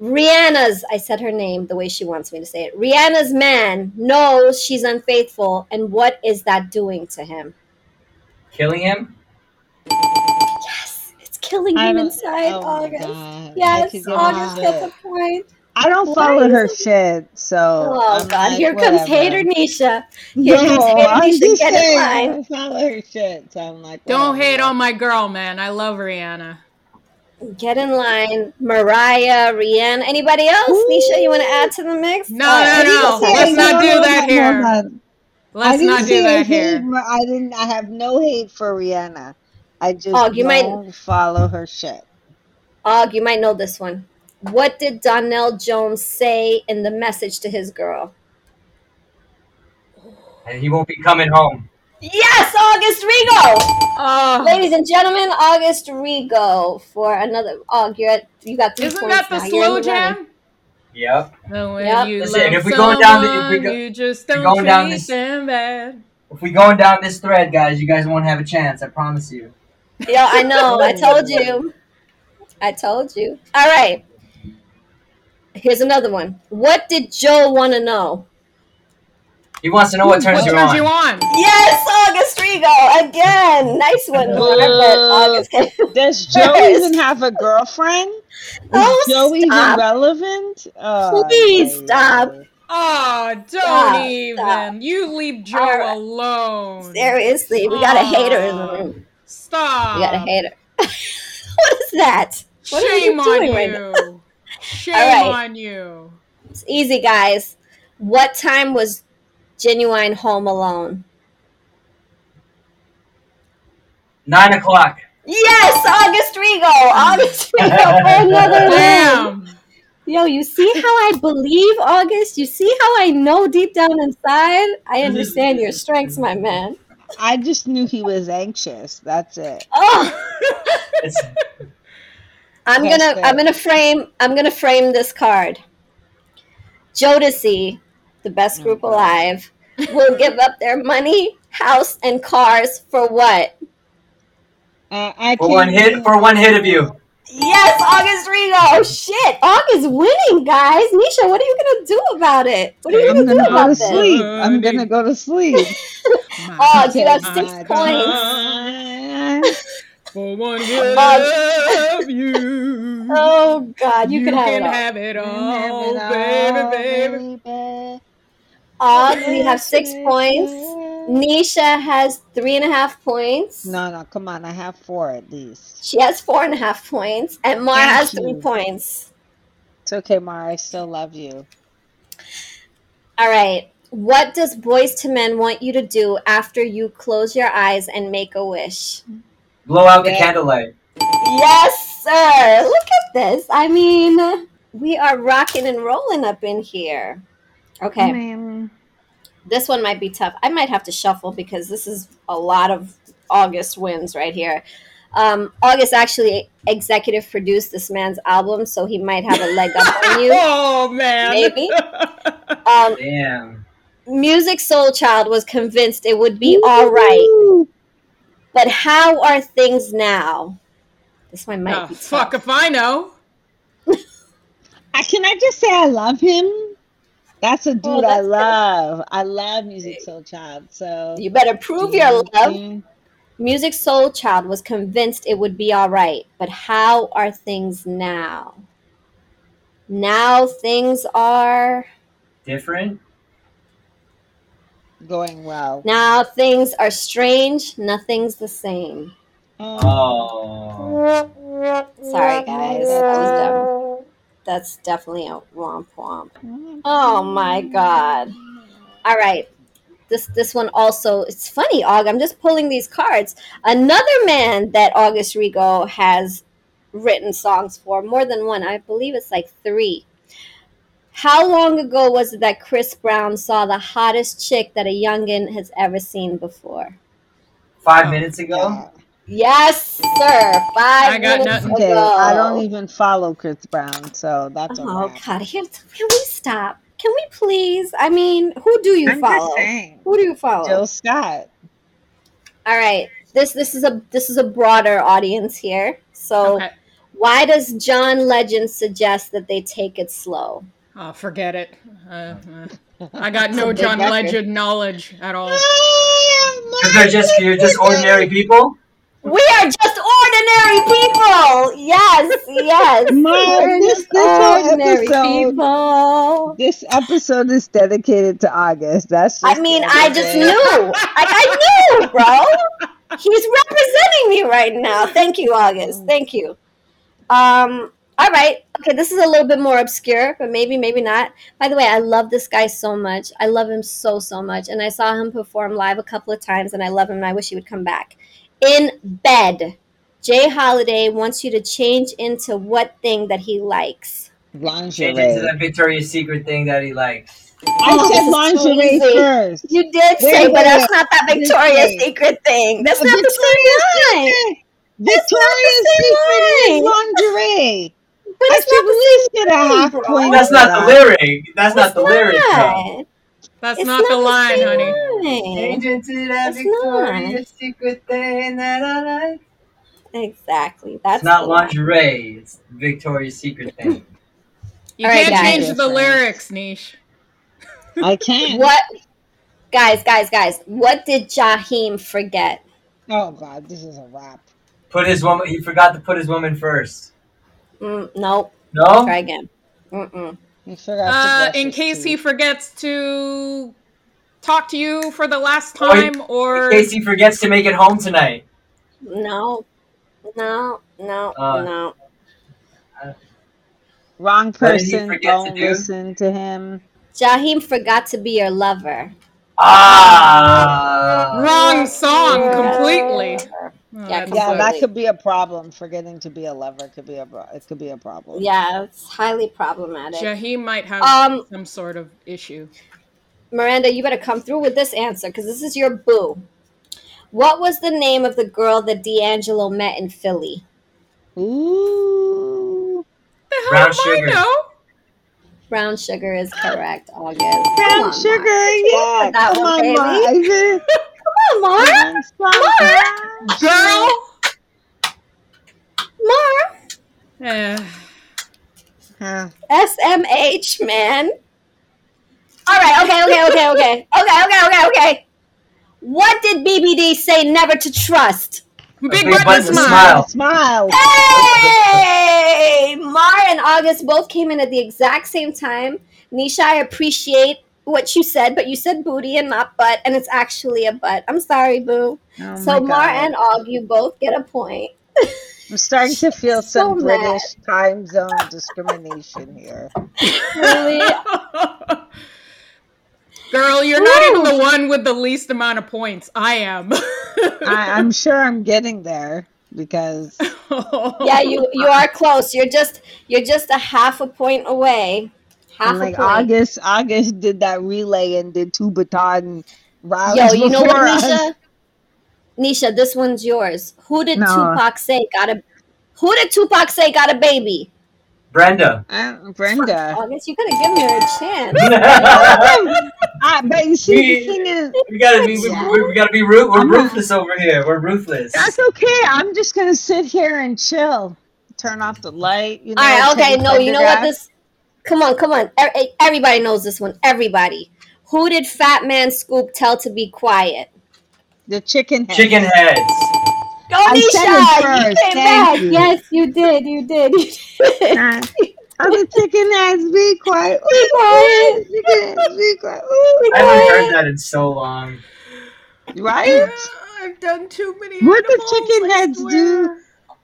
Speaker 3: Rihanna's. I said her name the way she wants me to say it. Rihanna's man knows she's unfaithful, and what is that doing to him?
Speaker 4: Killing him?
Speaker 3: Yes, it's killing
Speaker 2: I
Speaker 3: him
Speaker 2: don't-
Speaker 3: inside
Speaker 2: oh my
Speaker 3: August.
Speaker 2: God. I
Speaker 3: Yes,
Speaker 2: could get
Speaker 3: August
Speaker 2: into
Speaker 3: gets
Speaker 2: it.
Speaker 3: a point.
Speaker 2: I don't
Speaker 3: Why
Speaker 2: follow
Speaker 3: is
Speaker 2: her
Speaker 3: it-
Speaker 2: shit, so.
Speaker 3: Oh
Speaker 2: I'm
Speaker 3: God,
Speaker 2: like,
Speaker 3: here comes
Speaker 2: whatever.
Speaker 3: hater Nisha. Here
Speaker 2: No,
Speaker 3: comes hater
Speaker 2: I'm
Speaker 3: Nisha.
Speaker 2: just
Speaker 3: Get in
Speaker 2: saying, I
Speaker 3: line.
Speaker 2: don't follow her shit, so I'm like,
Speaker 1: Don't
Speaker 2: whatever.
Speaker 1: hate on my girl, man. I love Rihanna.
Speaker 3: Get in line. Mariah, Rihanna. Anybody else? Nisha, you want to add to the mix?
Speaker 1: No, no,
Speaker 3: Or- and you
Speaker 1: no.
Speaker 3: can say-
Speaker 1: Let's not
Speaker 2: no,
Speaker 1: do
Speaker 2: hold
Speaker 1: that
Speaker 2: on,
Speaker 1: here.
Speaker 2: hold on. I
Speaker 1: Let's
Speaker 2: didn't
Speaker 1: not do
Speaker 2: say
Speaker 1: that
Speaker 2: hate,
Speaker 1: here.
Speaker 2: Mar- I didn't. I have no hate for Rihanna. I just
Speaker 3: Oh, you might-
Speaker 2: don't follow her shit.
Speaker 3: Og, you might know this one. What did Donnell Jones say in the message to his girl?
Speaker 4: And he won't be coming home.
Speaker 3: Yes, August Rego.
Speaker 1: Oh,
Speaker 3: Ladies and gentlemen, August Rego for another. Oh, you're at, you got 3
Speaker 1: isn't
Speaker 3: points
Speaker 1: that the
Speaker 3: now. You're in
Speaker 1: slow
Speaker 3: the running.
Speaker 1: jam?
Speaker 4: Yep.
Speaker 1: No, when
Speaker 3: Yep.
Speaker 1: you
Speaker 4: Listen,
Speaker 1: love
Speaker 4: if we're
Speaker 1: someone,
Speaker 4: going down the- if we go-
Speaker 1: you just
Speaker 4: we're
Speaker 1: don't
Speaker 4: going
Speaker 1: treat
Speaker 4: down this-
Speaker 1: them bad.
Speaker 4: If we going down this thread, guys, you guys won't have a chance. I promise you.
Speaker 3: Yeah, I [LAUGHS] know. I told you. I told you. All right. Here's another one. What did Joe want to know?
Speaker 4: He wants to know what turns,
Speaker 1: what
Speaker 4: you,
Speaker 1: turns
Speaker 4: on.
Speaker 1: you on?
Speaker 3: Yes, August Rigo again. Nice one, Laura, but August.
Speaker 2: [LAUGHS] Does Joe even have a girlfriend?
Speaker 3: [LAUGHS] Oh,
Speaker 2: Is Joe even
Speaker 3: stop.
Speaker 2: relevant? Oh,
Speaker 3: Please
Speaker 2: no.
Speaker 3: stop.
Speaker 1: Oh, don't
Speaker 3: Stop,
Speaker 1: even.
Speaker 3: stop.
Speaker 1: You leave Joe
Speaker 3: All right.
Speaker 1: alone.
Speaker 3: Seriously, we got a hater in the room.
Speaker 1: Stop.
Speaker 3: We got a hater. [LAUGHS] what is that? What are you
Speaker 1: Shame on
Speaker 3: doing [LAUGHS] right
Speaker 1: you. Shame
Speaker 3: All right.
Speaker 1: on you.
Speaker 3: It's easy, guys. What time was genuine home alone?
Speaker 4: Nine o'clock.
Speaker 3: Yes, August Rigo. August Rigo for another round.
Speaker 1: Damn.
Speaker 3: Yo, you see how I believe, August? You see how I know deep down inside? I understand your strengths, my man.
Speaker 2: I just knew he was anxious. That's it.
Speaker 3: Oh, [LAUGHS]
Speaker 4: It's,
Speaker 3: I'm
Speaker 2: Yes,
Speaker 3: gonna,
Speaker 2: sir.
Speaker 3: I'm gonna frame, I'm gonna frame this card. Jodeci, the best group alive, will give up their money, house, and cars for what?
Speaker 2: I, I
Speaker 4: for one
Speaker 2: can't
Speaker 4: hit.
Speaker 2: even-
Speaker 4: For one hit of you.
Speaker 3: Yes, August Rigo. Oh shit, August winning, guys. Nisha, what are you gonna do about it? What are you
Speaker 2: I'm
Speaker 3: gonna do
Speaker 2: gonna go to
Speaker 3: about this?
Speaker 2: sleep. I'm gonna go to sleep.
Speaker 3: [LAUGHS] Oh, you have six
Speaker 2: My
Speaker 3: points.
Speaker 2: God.
Speaker 1: For
Speaker 3: [LAUGHS]
Speaker 1: one year
Speaker 3: Mug.
Speaker 1: of you.
Speaker 3: Oh god, you, can have it. all.
Speaker 1: it all,
Speaker 2: Have
Speaker 1: Oh,
Speaker 2: it all,
Speaker 1: baby, baby.
Speaker 2: baby.
Speaker 3: Og, Uh, we have six
Speaker 2: Baby.
Speaker 3: points. Nisha has three and a half points.
Speaker 2: No, no, come on. I have four at least.
Speaker 3: She has four and a half points. And Mara
Speaker 2: Thank
Speaker 3: has three
Speaker 2: you.
Speaker 3: points.
Speaker 2: It's okay, Mara. I still love you.
Speaker 3: All right. What does Boys to Men want you to do after you close your eyes and make a wish?
Speaker 4: Blow out the
Speaker 2: Yeah.
Speaker 4: candlelight.
Speaker 3: Yes, sir. Look at this. I mean, we are rocking and rolling up in here. Okay.
Speaker 2: Man.
Speaker 3: This one might be tough. I might have to shuffle because this is a lot of August wins right here. Um, August actually executive produced this man's album, so he might have a leg up on you.
Speaker 1: [LAUGHS] Oh, man. [LAUGHS]
Speaker 3: Maybe. Um,
Speaker 4: Damn.
Speaker 3: Music Soul Child was convinced it would be all right,
Speaker 2: Ooh.
Speaker 3: but how are things now? This one might
Speaker 1: Ah,
Speaker 3: be
Speaker 1: fuck
Speaker 3: tough.
Speaker 1: if I know.
Speaker 2: I, can I just say I love him? That's a dude
Speaker 3: Oh,
Speaker 2: I
Speaker 3: that's good.
Speaker 2: love. I love Music Soul Child. So
Speaker 3: You better prove your love.
Speaker 2: Mhm.
Speaker 3: Music Soul Child was convinced it would be all right, but how are things now? Now things are.
Speaker 4: Different.
Speaker 2: Going well.
Speaker 3: Now things are strange. Nothing's the same. Uh,
Speaker 4: Oh.
Speaker 3: Sorry, guys. That was dumb. That's definitely a womp womp. Oh my god. All right. This this one also it's funny, Aug. I'm just pulling these cards. Another man that August Rigo has written songs for, more than one. I believe it's like three. How long ago was it that Chris Brown saw the hottest chick that a youngin has ever seen before?
Speaker 4: Five minutes ago.
Speaker 2: Yeah.
Speaker 3: Yes, sir. Five
Speaker 1: I got
Speaker 3: minutes
Speaker 1: nothing.
Speaker 2: Okay,
Speaker 3: ago.
Speaker 2: I don't even follow Chris Brown, so that's a
Speaker 3: Oh
Speaker 2: wrap.
Speaker 3: God! Here, can we stop? Can we please? I mean, who do you
Speaker 2: I'm
Speaker 3: follow?
Speaker 2: just saying.
Speaker 3: Who do you follow?
Speaker 2: Jill Scott.
Speaker 3: All right. This this is a this is a broader audience here. So
Speaker 1: Okay.
Speaker 3: why does John Legend suggest that they take it slow?
Speaker 1: Oh, forget it. Uh, uh, I got no
Speaker 3: big
Speaker 1: John
Speaker 3: record.
Speaker 1: Legend knowledge at all.
Speaker 3: Oh,
Speaker 4: Because they're just you're just ordinary people.
Speaker 1: Hmm.
Speaker 3: We are just ordinary people. Yes, yes.
Speaker 2: Mom,
Speaker 3: We're
Speaker 2: this-
Speaker 3: just
Speaker 2: this whole
Speaker 3: ordinary
Speaker 2: episode-
Speaker 3: people.
Speaker 2: This episode is dedicated to August. That's. Just
Speaker 3: I mean,
Speaker 2: the
Speaker 3: I
Speaker 2: end of
Speaker 3: just
Speaker 2: it.
Speaker 3: knew. Like, I [LAUGHS] knew, bro. He's representing me right now. Thank you, August. Thank you. Um. All right. Okay. This is a little bit more obscure, but maybe, maybe not. By the way, I love this guy so much. I love him so, so much. And I saw him perform live a couple of times, and I love him, and I wish he would come back. In bed, Jay Holiday wants you to change into what thing that he likes.
Speaker 2: lingerie.
Speaker 4: Change it to that Victoria's Secret thing that he likes.
Speaker 2: I
Speaker 3: Oh, this
Speaker 2: said
Speaker 3: is
Speaker 2: lingerie
Speaker 3: crazy.
Speaker 2: first.
Speaker 3: You did
Speaker 2: Wait
Speaker 3: say,
Speaker 2: a
Speaker 3: but
Speaker 2: minute.
Speaker 3: that's not that
Speaker 2: This
Speaker 3: Victoria's
Speaker 2: is-
Speaker 3: Secret thing. That's not
Speaker 2: Victoria's
Speaker 3: the same line.
Speaker 2: Secret.
Speaker 3: That's not
Speaker 2: Victoria's
Speaker 3: the
Speaker 2: Secret
Speaker 3: same
Speaker 2: is lingerie.
Speaker 3: But
Speaker 2: I
Speaker 3: it's
Speaker 2: should
Speaker 3: not
Speaker 2: at least get a
Speaker 3: line,
Speaker 2: half
Speaker 3: bro.
Speaker 2: point.
Speaker 4: That's
Speaker 2: for
Speaker 4: not the
Speaker 2: that.
Speaker 4: lyric. That's
Speaker 3: the
Speaker 4: not the lyric. though.
Speaker 3: It's
Speaker 1: That's not, the line,
Speaker 3: same
Speaker 1: honey.
Speaker 4: Change
Speaker 3: line.
Speaker 4: it to that
Speaker 3: It's
Speaker 4: Victoria's
Speaker 3: not.
Speaker 4: Secret thing that I like.
Speaker 3: Exactly. That's
Speaker 4: It's not
Speaker 3: the line.
Speaker 4: lingerie. It's Victoria's Secret thing.
Speaker 1: You
Speaker 3: All right,
Speaker 1: can't
Speaker 3: guys.
Speaker 1: change the lyrics, Niche.
Speaker 2: I can't.
Speaker 3: What, guys, guys, guys? What did Jaheim forget?
Speaker 2: Oh God, this is a wrap.
Speaker 4: Put his woman. He forgot to put his woman first.
Speaker 3: Mm, nope.
Speaker 4: No.
Speaker 3: Try again. Mm-mm.
Speaker 2: You forgot.
Speaker 1: Uh,
Speaker 2: to
Speaker 1: in
Speaker 2: brush
Speaker 1: case
Speaker 2: your
Speaker 1: he
Speaker 2: teeth.
Speaker 1: forgets to talk to you for the last
Speaker 4: Or he-
Speaker 1: time, or
Speaker 4: In case he forgets to make it home tonight.
Speaker 3: No. No. No.
Speaker 4: Uh,
Speaker 3: no.
Speaker 2: wrong
Speaker 4: What did he
Speaker 2: person,
Speaker 4: forget to
Speaker 2: don't
Speaker 4: do?
Speaker 2: listen to him.
Speaker 3: Jaheim forgot to be your lover.
Speaker 4: Ah.
Speaker 1: wrong song completely. Oh,
Speaker 3: Yeah,
Speaker 1: that's
Speaker 2: Yeah,
Speaker 1: a-
Speaker 2: that
Speaker 3: Absolutely.
Speaker 2: could be a problem. Forgetting to be a lover could be a pro- it could be a problem.
Speaker 3: Yeah, it's highly problematic.
Speaker 1: Jaheim might have
Speaker 3: Um,
Speaker 1: some sort of issue.
Speaker 3: Miranda, you better come through with this answer because this is your boo. What was the name of the girl that D'Angelo met in Philly?
Speaker 2: Ooh.
Speaker 1: The hell
Speaker 4: Brown
Speaker 1: am
Speaker 4: sugar.
Speaker 1: I know?
Speaker 3: Brown sugar is correct, August. Come on,
Speaker 2: Brown
Speaker 3: Mar.
Speaker 2: sugar,
Speaker 3: Come
Speaker 2: yeah.
Speaker 3: on, that
Speaker 2: Come
Speaker 3: one,
Speaker 2: on,
Speaker 3: baby. [LAUGHS]
Speaker 2: Ma. Is it-
Speaker 3: Come on, Mar.
Speaker 2: Come on, Brown
Speaker 1: Girl.
Speaker 3: Mar.
Speaker 1: Eh,
Speaker 2: sugar.
Speaker 3: SMH, man. All right, okay, okay, okay, okay. Okay, okay, okay, okay. What did BBD say never to trust?
Speaker 1: Big
Speaker 4: big
Speaker 1: Brother
Speaker 4: button
Speaker 1: smile.
Speaker 4: smile. Wow.
Speaker 2: Smile.
Speaker 3: Hey! Mar and August both came in at the exact same time. Nisha, I appreciate what you said, but you said booty and not butt, and it's actually a butt. I'm sorry, boo.
Speaker 2: Oh my
Speaker 3: so, Mar
Speaker 2: God.
Speaker 3: and Aug, you both get a
Speaker 2: [LAUGHS]
Speaker 3: point.
Speaker 2: I'm starting to feel
Speaker 3: So
Speaker 2: some
Speaker 3: mad.
Speaker 2: British time zone discrimination here.
Speaker 3: Really?
Speaker 1: [LAUGHS] Girl, you're not
Speaker 3: Woo.
Speaker 1: even the one with the least amount of points. I am. [LAUGHS]
Speaker 2: I, I'm sure I'm getting there [LAUGHS] because
Speaker 3: yeah, you you are close. You're just you're just a half a point away. Half
Speaker 2: I'm like
Speaker 3: a point.
Speaker 2: August August did that relay and did two baton rounds.
Speaker 3: Yo, you know what,
Speaker 2: before us. [LAUGHS]
Speaker 3: Nisha? Nisha, this one's yours. Who did
Speaker 2: No.
Speaker 3: Tupac say got a? Who did Tupac say got a baby?
Speaker 4: Brenda.
Speaker 2: Uh, Brenda.
Speaker 3: August, you gotta give me a chance.
Speaker 4: [LAUGHS]
Speaker 2: [LAUGHS] I, but you see, the thing is,
Speaker 4: We gotta be, we, we, we gotta be root. We're ruthless over here. We're ruthless.
Speaker 2: that's okay. I'm just gonna sit here and chill. Turn off the light. You know.
Speaker 3: All right, okay,
Speaker 2: change
Speaker 3: no, you know what
Speaker 2: photographs.
Speaker 3: this? Come on, come on. E- e- Everybody knows this one. Everybody. Who did Fat Man Scoop tell to be quiet?
Speaker 2: The chicken. Head.
Speaker 4: Chicken heads.
Speaker 3: Go,
Speaker 2: I said it
Speaker 3: Nisha! You
Speaker 2: first,
Speaker 3: came
Speaker 2: thank
Speaker 3: back.
Speaker 2: you.
Speaker 3: Yes, you did. You did. [LAUGHS] You did.
Speaker 2: Uh, [LAUGHS] Other chicken heads, be quiet.
Speaker 3: Be quiet.
Speaker 2: Chicken heads, be quiet. Ooh,
Speaker 4: I haven't heard that in so long.
Speaker 2: Right?
Speaker 1: I've done too many.
Speaker 2: What the
Speaker 1: animals,
Speaker 2: chicken
Speaker 1: I
Speaker 2: heads do?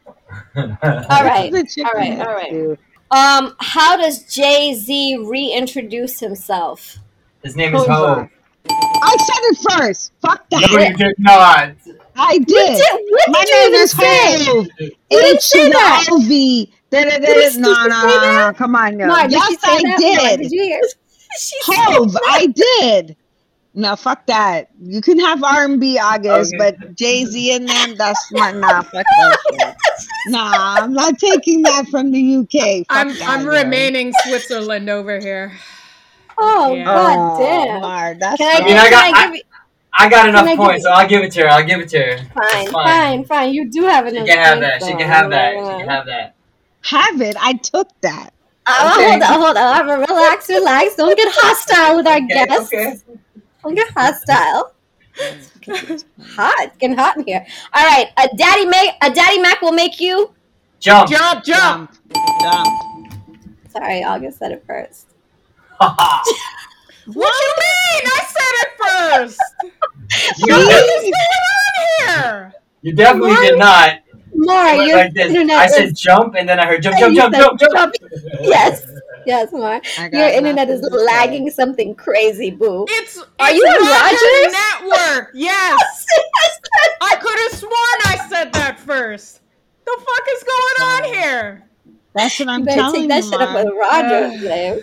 Speaker 1: swear.
Speaker 3: All right.
Speaker 2: The chicken
Speaker 3: All right,
Speaker 2: heads
Speaker 3: all right.
Speaker 2: do.
Speaker 3: Um, how does Jay Z reintroduce himself?
Speaker 4: [LAUGHS] His name is
Speaker 2: Hold
Speaker 4: Ho.
Speaker 2: on. I said it first. Fuck that.
Speaker 4: No, you did not.
Speaker 2: I
Speaker 3: What
Speaker 2: did.
Speaker 3: did, what
Speaker 2: My
Speaker 3: did you
Speaker 2: name
Speaker 3: even
Speaker 2: is
Speaker 3: say?
Speaker 2: Hove.
Speaker 3: didn't
Speaker 2: H
Speaker 3: say
Speaker 2: to
Speaker 3: that.
Speaker 2: the O V. Da da da.
Speaker 3: Did you- did
Speaker 2: No,
Speaker 3: you
Speaker 2: no,
Speaker 3: say
Speaker 2: no, no. Come on, no.
Speaker 3: Mar, did she
Speaker 2: yes,
Speaker 3: say that? Mar,
Speaker 2: I
Speaker 3: did
Speaker 2: did.
Speaker 3: you hear? She said [LAUGHS]
Speaker 2: Hove.
Speaker 3: that.
Speaker 2: I did. No, fuck that. You can have R and B August,
Speaker 4: Okay.
Speaker 2: but Jay Z and them. That's my nah. Fuck that shit. Nah, I'm not taking that from the UK. Fuck
Speaker 1: I'm
Speaker 2: that,
Speaker 1: I'm
Speaker 2: yo.
Speaker 1: remaining Switzerland over here.
Speaker 3: Oh
Speaker 1: Yeah.
Speaker 3: god damn!
Speaker 2: Mar, that's
Speaker 3: Can I,
Speaker 4: I
Speaker 3: give,
Speaker 4: mean, I
Speaker 3: can
Speaker 4: got-
Speaker 3: I give you?
Speaker 4: I got
Speaker 3: Can I
Speaker 4: enough
Speaker 3: give
Speaker 4: points, so I'll give it to her. I'll give it to her.
Speaker 3: Fine,
Speaker 4: It's
Speaker 3: fine,
Speaker 4: fine.
Speaker 3: fine, You do have
Speaker 4: She
Speaker 3: enough.
Speaker 4: can have that.
Speaker 3: points,
Speaker 4: She
Speaker 3: though.
Speaker 4: can have that.
Speaker 3: I'm
Speaker 4: She
Speaker 3: like,
Speaker 4: can have that.
Speaker 2: have it. I took that.
Speaker 3: uh,
Speaker 2: okay.
Speaker 3: Hold on, hold on. I'm relax, relax. Don't get hostile with our guests.
Speaker 4: Okay.
Speaker 3: Don't get hostile. Hot, it's getting hot in here. All right, a daddy make a daddy Mac will make you.
Speaker 4: Jump.
Speaker 1: Jump, jump.
Speaker 2: Jump, jump.
Speaker 3: Sorry, August said it first.
Speaker 1: What you mean? I said it first.
Speaker 4: [LAUGHS] you,
Speaker 1: Here.
Speaker 4: you definitely did not.
Speaker 3: Mar,
Speaker 4: Went
Speaker 3: your
Speaker 4: like this.
Speaker 3: internet
Speaker 4: I
Speaker 3: is
Speaker 4: said jump, and then I heard jump,
Speaker 3: And
Speaker 4: jump,
Speaker 3: you
Speaker 4: jump,
Speaker 3: said
Speaker 4: jump, jump.
Speaker 3: yes, yes, Mar.
Speaker 2: I got
Speaker 3: Your internet is
Speaker 2: nothing to say.
Speaker 3: lagging something crazy, boo.
Speaker 1: It's
Speaker 3: Are
Speaker 1: it's
Speaker 3: you
Speaker 1: Rogers
Speaker 3: on
Speaker 1: [LAUGHS] Network? Yes. I could have sworn I said that first. The fuck is going on here?
Speaker 2: That's what I'm
Speaker 3: better
Speaker 2: telling
Speaker 3: take that
Speaker 2: you.
Speaker 3: shit up
Speaker 2: Mom.
Speaker 3: with Roger.
Speaker 1: Ugh.
Speaker 3: man.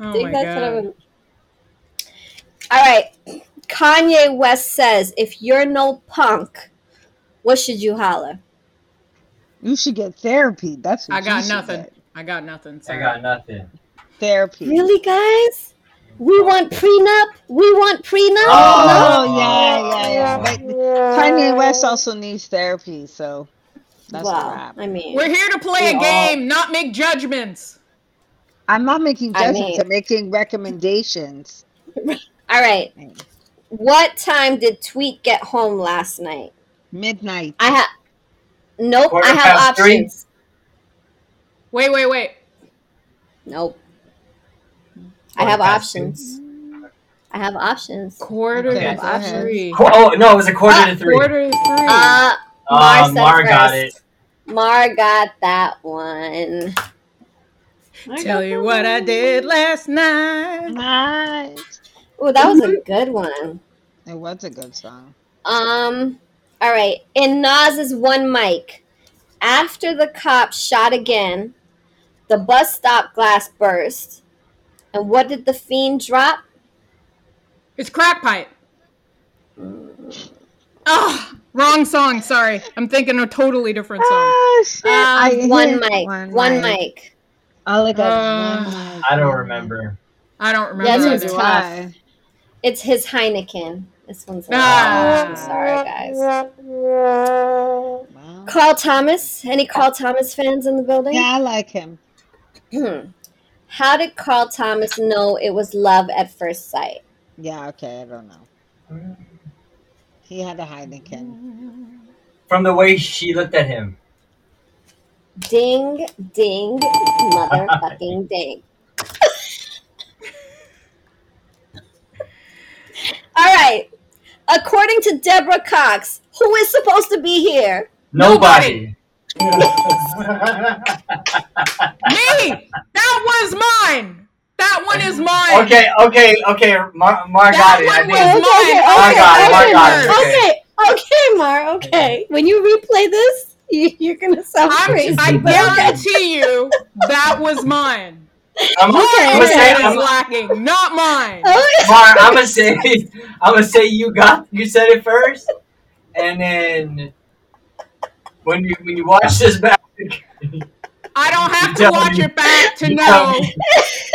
Speaker 1: Oh
Speaker 3: Take
Speaker 1: my
Speaker 3: that
Speaker 1: God.
Speaker 3: shit up with- All right. Kanye West says, if you're no punk, what should you holler?
Speaker 2: You should get therapy. That's what
Speaker 1: I
Speaker 2: you
Speaker 1: got
Speaker 2: should
Speaker 1: nothing.
Speaker 2: get.
Speaker 1: I got nothing.
Speaker 4: [LAUGHS] I
Speaker 1: Sorry.
Speaker 4: got nothing.
Speaker 2: Therapy.
Speaker 3: Really, guys? We want prenup? We want prenup?
Speaker 4: Um,
Speaker 2: Oh, yeah, yeah, yeah. But
Speaker 3: No?
Speaker 2: Kanye West also needs therapy, so that's
Speaker 3: well,
Speaker 2: a wrap.
Speaker 3: I mean,
Speaker 1: We're here to play
Speaker 3: We
Speaker 1: a
Speaker 3: all-
Speaker 1: game, not make judgments.
Speaker 2: I'm not making
Speaker 3: I
Speaker 2: judgments. I
Speaker 3: mean-
Speaker 2: am making recommendations.
Speaker 3: all right. What time did Tweet get home last night?
Speaker 2: Midnight.
Speaker 3: I have. Nope,
Speaker 4: Quarter
Speaker 3: I have
Speaker 4: past three.
Speaker 3: options.
Speaker 1: Wait, wait, wait.
Speaker 3: Nope. I
Speaker 4: Quarter
Speaker 3: have
Speaker 4: past two.
Speaker 3: options. I have options.
Speaker 1: Quarter
Speaker 2: Okay,
Speaker 1: to
Speaker 2: go ahead.
Speaker 1: three.
Speaker 4: Qu- Oh no, it was a quarter
Speaker 3: Ah,
Speaker 4: to three.
Speaker 1: Quarter to three.
Speaker 3: Uh, Mar
Speaker 4: Ah,
Speaker 3: said
Speaker 4: Mar got
Speaker 3: first.
Speaker 4: it.
Speaker 3: Uh, Mar got that one.
Speaker 1: Tell you what I did last night.
Speaker 2: Midnight.
Speaker 3: Oh, that was a good one.
Speaker 2: It was a good song.
Speaker 3: Um, all right. In Nas's one mic, after the cop shot again, the bus stop glass burst, and what did the fiend drop?
Speaker 1: It's crack pipe. Oh, wrong song. Sorry. I'm thinking a totally different song.
Speaker 2: Oh, shit. I
Speaker 3: Um, one
Speaker 2: hit
Speaker 3: mic. One mic.
Speaker 2: I Oh, look at
Speaker 1: Uh,
Speaker 2: one mic.
Speaker 4: I don't
Speaker 2: one mic.
Speaker 4: remember.
Speaker 1: I don't remember.
Speaker 3: That's
Speaker 2: Neither
Speaker 3: what's
Speaker 1: either.
Speaker 2: do
Speaker 3: tough.
Speaker 2: I.
Speaker 3: It's his Heineken. This one's.
Speaker 1: Ah.
Speaker 3: I'm sorry, guys.
Speaker 2: Well,
Speaker 3: Carl Thomas. Any Carl Thomas fans in the building? Hmm.
Speaker 2: yeah, I like him.
Speaker 3: How did Carl Thomas know it was love at first sight?
Speaker 2: Yeah, okay, I don't know. He had a Heineken.
Speaker 4: From the way she looked at him.
Speaker 3: Ding, ding, motherfucking ding. All right. According to Deborah Cox, who is supposed to be here?
Speaker 4: Nobody.
Speaker 1: Me! That was mine! That one is mine!
Speaker 4: okay, okay, okay. Mar, Mar
Speaker 1: That
Speaker 4: got it. I
Speaker 1: one was
Speaker 4: think.
Speaker 1: mine!
Speaker 4: I got it, I
Speaker 3: okay,
Speaker 4: got it,
Speaker 3: Mar.
Speaker 4: okay.
Speaker 3: okay, okay, Mar. Okay, when you replay this, you, you're gonna sound crazy.
Speaker 1: I'm, I
Speaker 3: but okay.
Speaker 1: guarantee you that was mine.
Speaker 4: I'm,
Speaker 3: Okay.
Speaker 4: I'm gonna say,
Speaker 1: That is
Speaker 4: I'm,
Speaker 1: lacking, not mine.
Speaker 3: Oh,
Speaker 4: Mar, I'm gonna say, [LAUGHS] I'm gonna say you got, you said it first, and then when you when you watch this back,
Speaker 1: I don't have
Speaker 4: You
Speaker 1: to
Speaker 4: tell
Speaker 1: watch
Speaker 4: me.
Speaker 1: it back to
Speaker 4: you tell
Speaker 1: know
Speaker 4: me.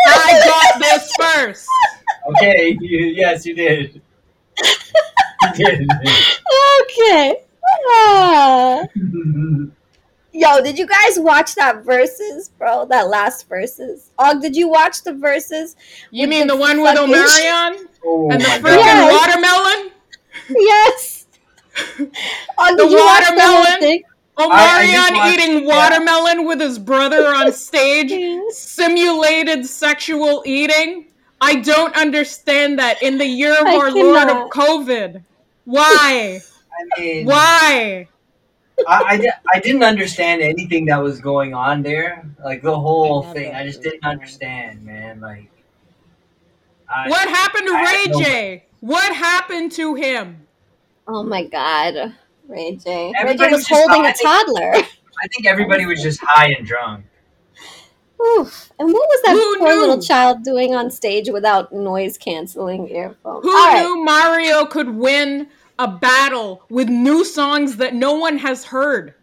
Speaker 1: I got this first.
Speaker 4: Okay, you, yes, you did. You
Speaker 1: [LAUGHS]
Speaker 4: did.
Speaker 3: [LAUGHS] okay. Ah. Yo, did you guys watch that verses, bro? That last verses. Og, did you watch the verses?
Speaker 1: You
Speaker 3: With
Speaker 1: mean
Speaker 3: the
Speaker 1: the one with
Speaker 3: fucking-
Speaker 1: Omarion
Speaker 4: oh
Speaker 1: and the
Speaker 4: my
Speaker 1: freaking
Speaker 4: god.
Speaker 3: Yeah. Yes.
Speaker 1: watermelon?
Speaker 4: [LAUGHS]
Speaker 3: Yes. Og,
Speaker 1: The
Speaker 3: did you watch the whole
Speaker 1: watermelon?
Speaker 3: thing?
Speaker 4: I
Speaker 1: Omarion
Speaker 4: just watched-
Speaker 1: eating watermelon with his
Speaker 4: [LAUGHS]
Speaker 1: brother on stage, simulated sexual eating. I don't understand that in the year of
Speaker 3: I
Speaker 1: our Lord of
Speaker 3: cannot.
Speaker 1: COVID.
Speaker 4: [LAUGHS]
Speaker 1: Why?
Speaker 4: I mean,
Speaker 1: Why?
Speaker 4: I, I, di- I didn't understand anything that was going on there. Like the whole thing. I just didn't understand, man. Like I,
Speaker 1: What happened to
Speaker 4: I had no-
Speaker 1: Ray J? What happened to him?
Speaker 3: Oh my god. Ray J. Ray J
Speaker 4: Everybody
Speaker 3: was
Speaker 4: was just
Speaker 3: holding a
Speaker 4: hiding.
Speaker 3: toddler.
Speaker 4: I think everybody was just high and drunk.
Speaker 3: Oof. And what was that
Speaker 1: Who
Speaker 3: poor
Speaker 1: knew?
Speaker 3: little child doing on stage without noise canceling earphones?
Speaker 1: Who
Speaker 3: All right.
Speaker 1: knew Mario could win a battle with new songs that no one has heard?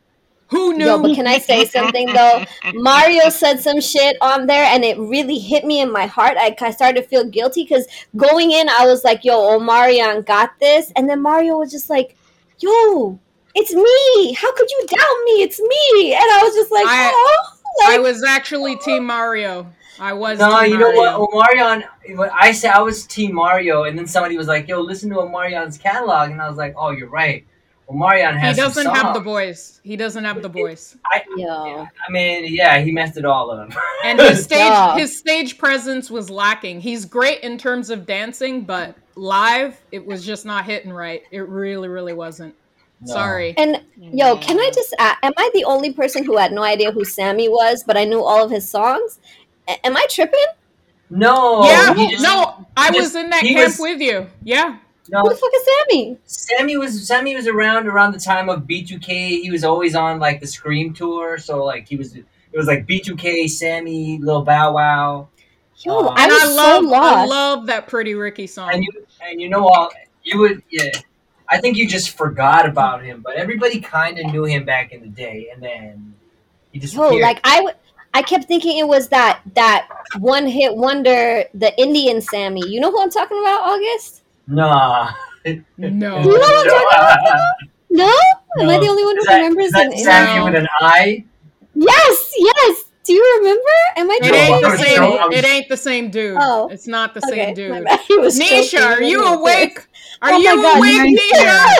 Speaker 1: Who knew?
Speaker 3: Yo, but can I say something though? Mario said some shit on there, and it really hit me in my heart. I, I started to feel guilty because going in, I was like, "Yo, Omarion got this," and then Mario was just like, "Yo, it's me. How could you doubt me? It's me." And I was just like,
Speaker 1: I-
Speaker 3: "Oh,
Speaker 1: I
Speaker 3: like,
Speaker 1: was actually Team Mario. I was.
Speaker 4: No,
Speaker 1: team
Speaker 4: you know what,
Speaker 1: Mario.
Speaker 4: Omarion. When I said I was Team Mario, and then somebody was like, "Yo, listen to Omarion's catalog," and I was like, "Oh, you're right. Omarion
Speaker 1: He
Speaker 4: has." some
Speaker 1: doesn't have the
Speaker 4: songs."
Speaker 1: voice. He doesn't have the
Speaker 4: [LAUGHS]
Speaker 1: voice.
Speaker 3: yo,
Speaker 4: I mean, yeah, he messed it all up. [LAUGHS]
Speaker 1: And his stage
Speaker 3: Yeah.
Speaker 1: his stage presence was lacking. He's great in terms of dancing, but live it was just not hitting right. It really really wasn't.
Speaker 4: No.
Speaker 1: Sorry.
Speaker 3: and yo." Can I just? a am I the only person who had no idea who Sammy was, but I knew all of his songs? A- am I tripping?
Speaker 4: No.
Speaker 1: yeah,
Speaker 4: Oh, he just-
Speaker 1: no, I
Speaker 4: he
Speaker 1: was
Speaker 4: just-
Speaker 1: in that
Speaker 4: he
Speaker 1: camp
Speaker 4: was-
Speaker 1: with you. Yeah.
Speaker 3: Who the
Speaker 4: no.
Speaker 3: fuck is Sammy?
Speaker 4: Sammy was Sammy was around around the time of B2K. He was always on like the Scream tour, so like he was. It It was like B2K, Sammy, Lil Bow Wow.
Speaker 3: Yo,
Speaker 4: Um,
Speaker 3: I
Speaker 1: and
Speaker 3: was
Speaker 1: I love,
Speaker 3: so
Speaker 1: I
Speaker 3: lost.
Speaker 1: love that Pretty Ricky song.
Speaker 4: and you and you know all you would yeah i think you just forgot about him but everybody kind of knew him back in the day and then he
Speaker 3: Yo,
Speaker 4: disappeared
Speaker 3: like I, w- I kept thinking it was that that one hit wonder, the Indian Sammy. You know who I'm talking about, August?
Speaker 4: nah
Speaker 1: no,
Speaker 3: You know what I'm talking about?
Speaker 4: [LAUGHS] Is
Speaker 3: No, am I
Speaker 4: No.
Speaker 3: the only one who
Speaker 4: that-
Speaker 3: remembers? uh,
Speaker 4: is
Speaker 3: an
Speaker 4: that
Speaker 3: Indian-
Speaker 4: Sammy with an eye?
Speaker 3: Yes, yes. Do you remember? Am I?
Speaker 1: it
Speaker 4: No,
Speaker 1: ain't
Speaker 4: I
Speaker 1: the
Speaker 4: was
Speaker 1: same.
Speaker 4: joking. I was-
Speaker 1: It ain't the same dude.
Speaker 3: Oh.
Speaker 1: It's not the
Speaker 3: Okay,
Speaker 1: same
Speaker 3: my
Speaker 1: dude.
Speaker 3: bad. [LAUGHS] He was
Speaker 1: Nisha,
Speaker 3: joking.
Speaker 1: are you
Speaker 3: Yes.
Speaker 1: awake? Are
Speaker 3: Oh my
Speaker 1: you
Speaker 3: God,
Speaker 1: awake,
Speaker 2: Nisha.
Speaker 1: Nisha?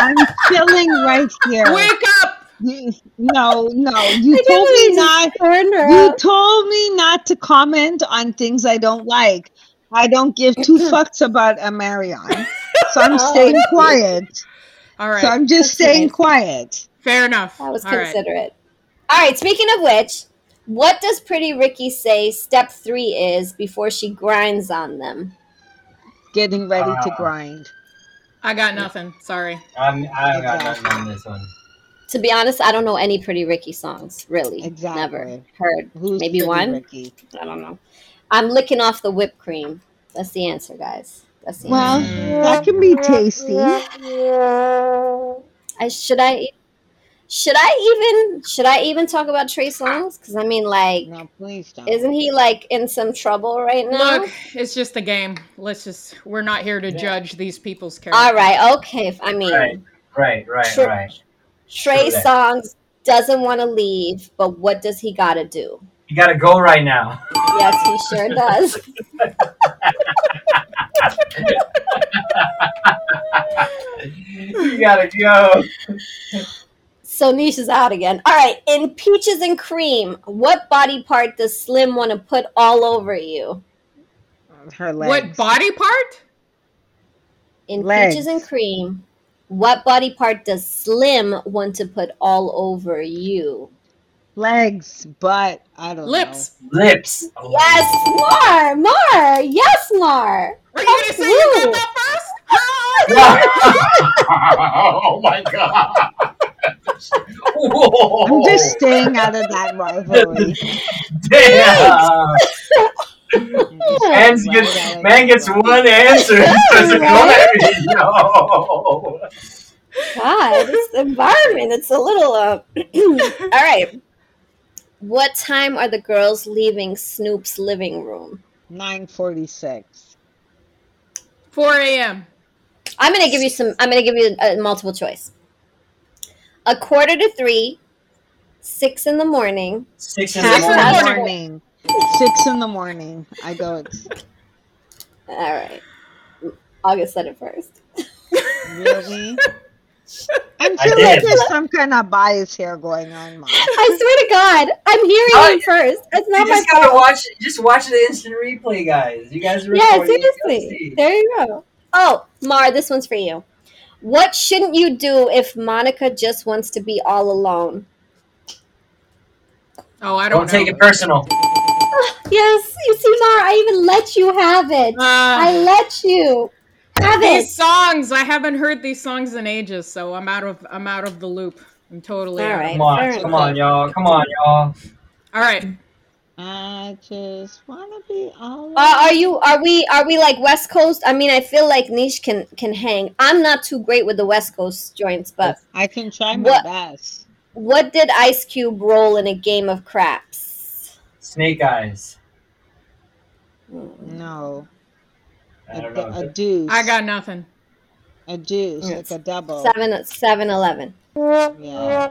Speaker 2: I'm chilling right
Speaker 3: [LAUGHS]
Speaker 2: here.
Speaker 1: Wake up!
Speaker 2: You- no, no.
Speaker 3: I
Speaker 2: You
Speaker 3: can't
Speaker 2: told
Speaker 3: believe
Speaker 2: me
Speaker 3: you
Speaker 2: not.
Speaker 3: turned her
Speaker 2: You
Speaker 3: up.
Speaker 2: told me not to comment on things I don't like. I don't give [LAUGHS] two fucks about a Marion. So [LAUGHS] I'm
Speaker 3: Oh,
Speaker 2: staying
Speaker 3: okay.
Speaker 2: quiet.
Speaker 1: All right,
Speaker 2: So I'm just
Speaker 3: That's
Speaker 2: staying
Speaker 3: nice.
Speaker 2: quiet.
Speaker 1: fair enough.
Speaker 3: That was
Speaker 1: All right.
Speaker 3: considerate. All right. Speaking of which, what does Pretty Ricky say? Step three is before she grinds on them.
Speaker 2: Getting ready to
Speaker 4: Ah.
Speaker 2: grind.
Speaker 1: I got nothing. Sorry.
Speaker 4: I'm, I got nothing on this one.
Speaker 3: To be honest, I don't know any Pretty Ricky songs. Really,
Speaker 2: Exactly.
Speaker 3: never heard.
Speaker 2: Who's
Speaker 3: Maybe
Speaker 2: Pretty
Speaker 3: one?
Speaker 2: Ricky?
Speaker 3: I don't know. I'm licking off the whipped cream. That's the answer, guys. That's the
Speaker 2: Well,
Speaker 3: answer.
Speaker 2: that can be tasty.
Speaker 3: I, should I? e, Should I even? Should I even talk about Trey Songs? Because I mean, like,
Speaker 2: No, please don't.
Speaker 3: isn't he like in some trouble right now?
Speaker 1: Look, it's just a game. Let's just, we're not here to
Speaker 4: Yeah.
Speaker 1: judge these people's characters.
Speaker 3: All right. Okay. if- I mean,
Speaker 4: Right, right, right,
Speaker 3: Sure.
Speaker 4: right.
Speaker 3: Trey
Speaker 4: Sure that.
Speaker 3: Songs doesn't want to leave, but what does he got to do?
Speaker 4: You gotta go
Speaker 3: [LAUGHS]
Speaker 4: right now.
Speaker 3: Yes, he
Speaker 4: [LAUGHS]
Speaker 3: sure does.
Speaker 4: you gotta go.
Speaker 3: So Niche is out again. All right. In Peaches and Cream, what body part does Slim want to put all over you?
Speaker 2: Her
Speaker 1: What
Speaker 2: legs.
Speaker 1: body part?
Speaker 3: In Peaches
Speaker 2: Legs.
Speaker 3: and Cream, what body part does Slim want to put all over you?
Speaker 2: Legs, butt. I don't
Speaker 1: Lips.
Speaker 4: Lips. Oh,
Speaker 3: Yes, Mar, Mar, yes, Mar.
Speaker 1: Are you gonna say you got that first?
Speaker 4: [LAUGHS] oh my
Speaker 3: [LAUGHS]
Speaker 4: god. Whoa.
Speaker 2: know. I'm just staying out of that [LAUGHS] rivalry.
Speaker 4: Damn. Man's
Speaker 2: Wow, that
Speaker 4: gets,
Speaker 2: is
Speaker 4: man gets
Speaker 2: wild.
Speaker 3: [LAUGHS]
Speaker 4: one answer. [LAUGHS] Doesn't
Speaker 3: Right?
Speaker 4: go at
Speaker 3: God, this environment, it's a little. Uh, [CLEARS THROAT] all right. What time are the girls leaving Snoop's living room?
Speaker 2: 946.
Speaker 1: 4 a.m.
Speaker 3: I'm gonna give you some. I'm gonna give you a multiple choice. A quarter to three, six in the morning.
Speaker 4: Six in
Speaker 1: Six
Speaker 4: the
Speaker 1: in the
Speaker 4: morning.
Speaker 1: morning.
Speaker 2: Six in the morning. I go. It's
Speaker 3: All right. August said it first.
Speaker 2: [LAUGHS] really. I
Speaker 4: I
Speaker 2: feel
Speaker 4: did.
Speaker 2: like there's some kind of bias here going on, Mom.
Speaker 3: I swear to God, I'm hearing
Speaker 4: Oh,
Speaker 3: it first. It's
Speaker 4: You
Speaker 3: not my
Speaker 4: just gotta watch. Just watch the instant replay, guys. You guys are
Speaker 3: Yeah,
Speaker 4: recording, you gotta
Speaker 3: seriously.
Speaker 4: see.
Speaker 3: There you go. Oh, Mar, this one's for you. What shouldn't you do if Monica just wants to be all alone?
Speaker 1: Oh, I
Speaker 4: Don't
Speaker 1: don't, know.
Speaker 4: take it personal.
Speaker 3: Yes, you see, Mar, I even let you have it. I
Speaker 1: Uh,
Speaker 3: let you have it.
Speaker 1: these songs, I haven't heard these songs in ages, so I'm out of I'm out of the loop. I'm totally
Speaker 3: All
Speaker 1: out.
Speaker 3: right.
Speaker 4: Come on,
Speaker 3: fair
Speaker 4: come
Speaker 3: enough.
Speaker 4: on, y'all. Come on, y'all.
Speaker 1: All right.
Speaker 2: I just wanna be all.
Speaker 3: uh, Are, are you? Are we? Are we like West Coast? I mean, I feel like Niche can can hang. I'm not too great with the West Coast joints, but
Speaker 2: I can try my
Speaker 3: What?
Speaker 2: best.
Speaker 3: what did Ice Cube roll in a game of craps?
Speaker 4: Snake eyes.
Speaker 3: Hmm.
Speaker 2: No,
Speaker 4: I
Speaker 2: a,
Speaker 4: don't
Speaker 2: du- a
Speaker 3: uh,
Speaker 4: know.
Speaker 2: deuce.
Speaker 1: I got nothing.
Speaker 2: a deuce,
Speaker 3: Yes.
Speaker 2: like a
Speaker 1: Oh.
Speaker 2: double.
Speaker 3: Seven, seven, eleven.
Speaker 2: Yeah.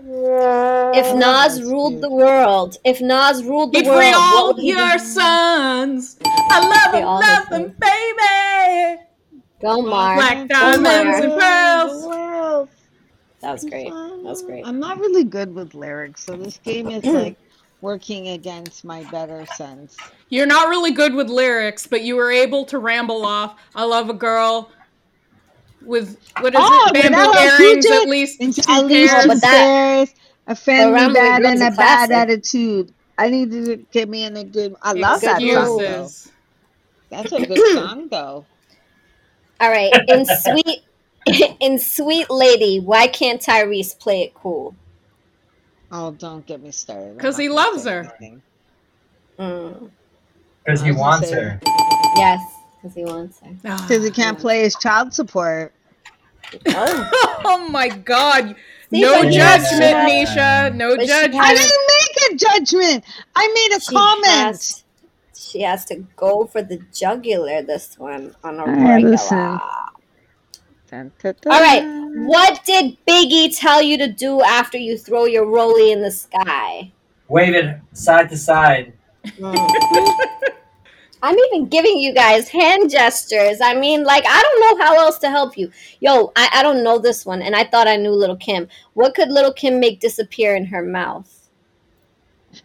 Speaker 3: If Nas
Speaker 2: that's
Speaker 3: ruled
Speaker 2: cute.
Speaker 3: the world, if Nas ruled the
Speaker 1: If
Speaker 3: world,
Speaker 1: we
Speaker 3: what
Speaker 1: all
Speaker 3: would he
Speaker 1: your
Speaker 3: do?
Speaker 1: sons, I love
Speaker 3: We
Speaker 1: them,
Speaker 3: all
Speaker 1: love
Speaker 3: have
Speaker 1: them, baby.
Speaker 3: go Mar.
Speaker 1: Black diamonds and pearls.
Speaker 2: That
Speaker 3: That was great. That was great.
Speaker 2: I'm not really good with lyrics, so this game is like working against my better sense.
Speaker 1: You're not really good with lyrics, but you were able to ramble off. I love a girl with what is
Speaker 2: Oh,
Speaker 1: it? Bamboo
Speaker 2: without a
Speaker 1: earrings,
Speaker 2: future
Speaker 1: at least
Speaker 2: And
Speaker 1: two
Speaker 2: at least
Speaker 1: pairs.
Speaker 3: but
Speaker 2: she stares, a family
Speaker 3: Around the
Speaker 2: bad
Speaker 3: Girls
Speaker 2: and
Speaker 3: is
Speaker 2: a
Speaker 3: a
Speaker 2: bad
Speaker 3: classic.
Speaker 2: attitude. I need to get me in a good. I love that song though.
Speaker 1: Excuses.
Speaker 2: That's
Speaker 1: [CLEARS THROAT]
Speaker 2: a good song though.
Speaker 3: All right, in [LAUGHS] sweet, in sweet lady, why can't Tyrese play it cool?
Speaker 2: Oh, don't get me started. I'm
Speaker 1: 'Cause he
Speaker 2: not gonna
Speaker 1: loves
Speaker 2: say
Speaker 1: her.
Speaker 2: anything.
Speaker 3: Mm.
Speaker 2: I
Speaker 4: he
Speaker 2: was gonna
Speaker 4: wants
Speaker 2: say-
Speaker 4: her.
Speaker 3: Yes, because he wants her.
Speaker 1: Ah.
Speaker 2: Because he can't play his child support.
Speaker 3: Oh.
Speaker 1: [LAUGHS] oh my god.
Speaker 3: See,
Speaker 1: No
Speaker 3: but
Speaker 1: judgment,
Speaker 3: she
Speaker 4: has to-
Speaker 1: Nisha. No
Speaker 3: But she
Speaker 2: I
Speaker 1: judgment.
Speaker 3: has-
Speaker 2: didn't make a judgment. I made a
Speaker 3: She
Speaker 2: comment.
Speaker 3: has- she has to go for the jugular this one on a
Speaker 2: All right,
Speaker 3: regular.
Speaker 2: listen. Dun, dun, dun.
Speaker 3: All right. What did Biggie tell you to do after you throw your rolly in the sky?
Speaker 4: Wave it side to side.
Speaker 3: I'm even giving you guys hand gestures. I mean, like, I don't know how else to help you. Yo, I, I don't know this one, and I thought I knew Little Kim. What could Little Kim make disappear in her mouth?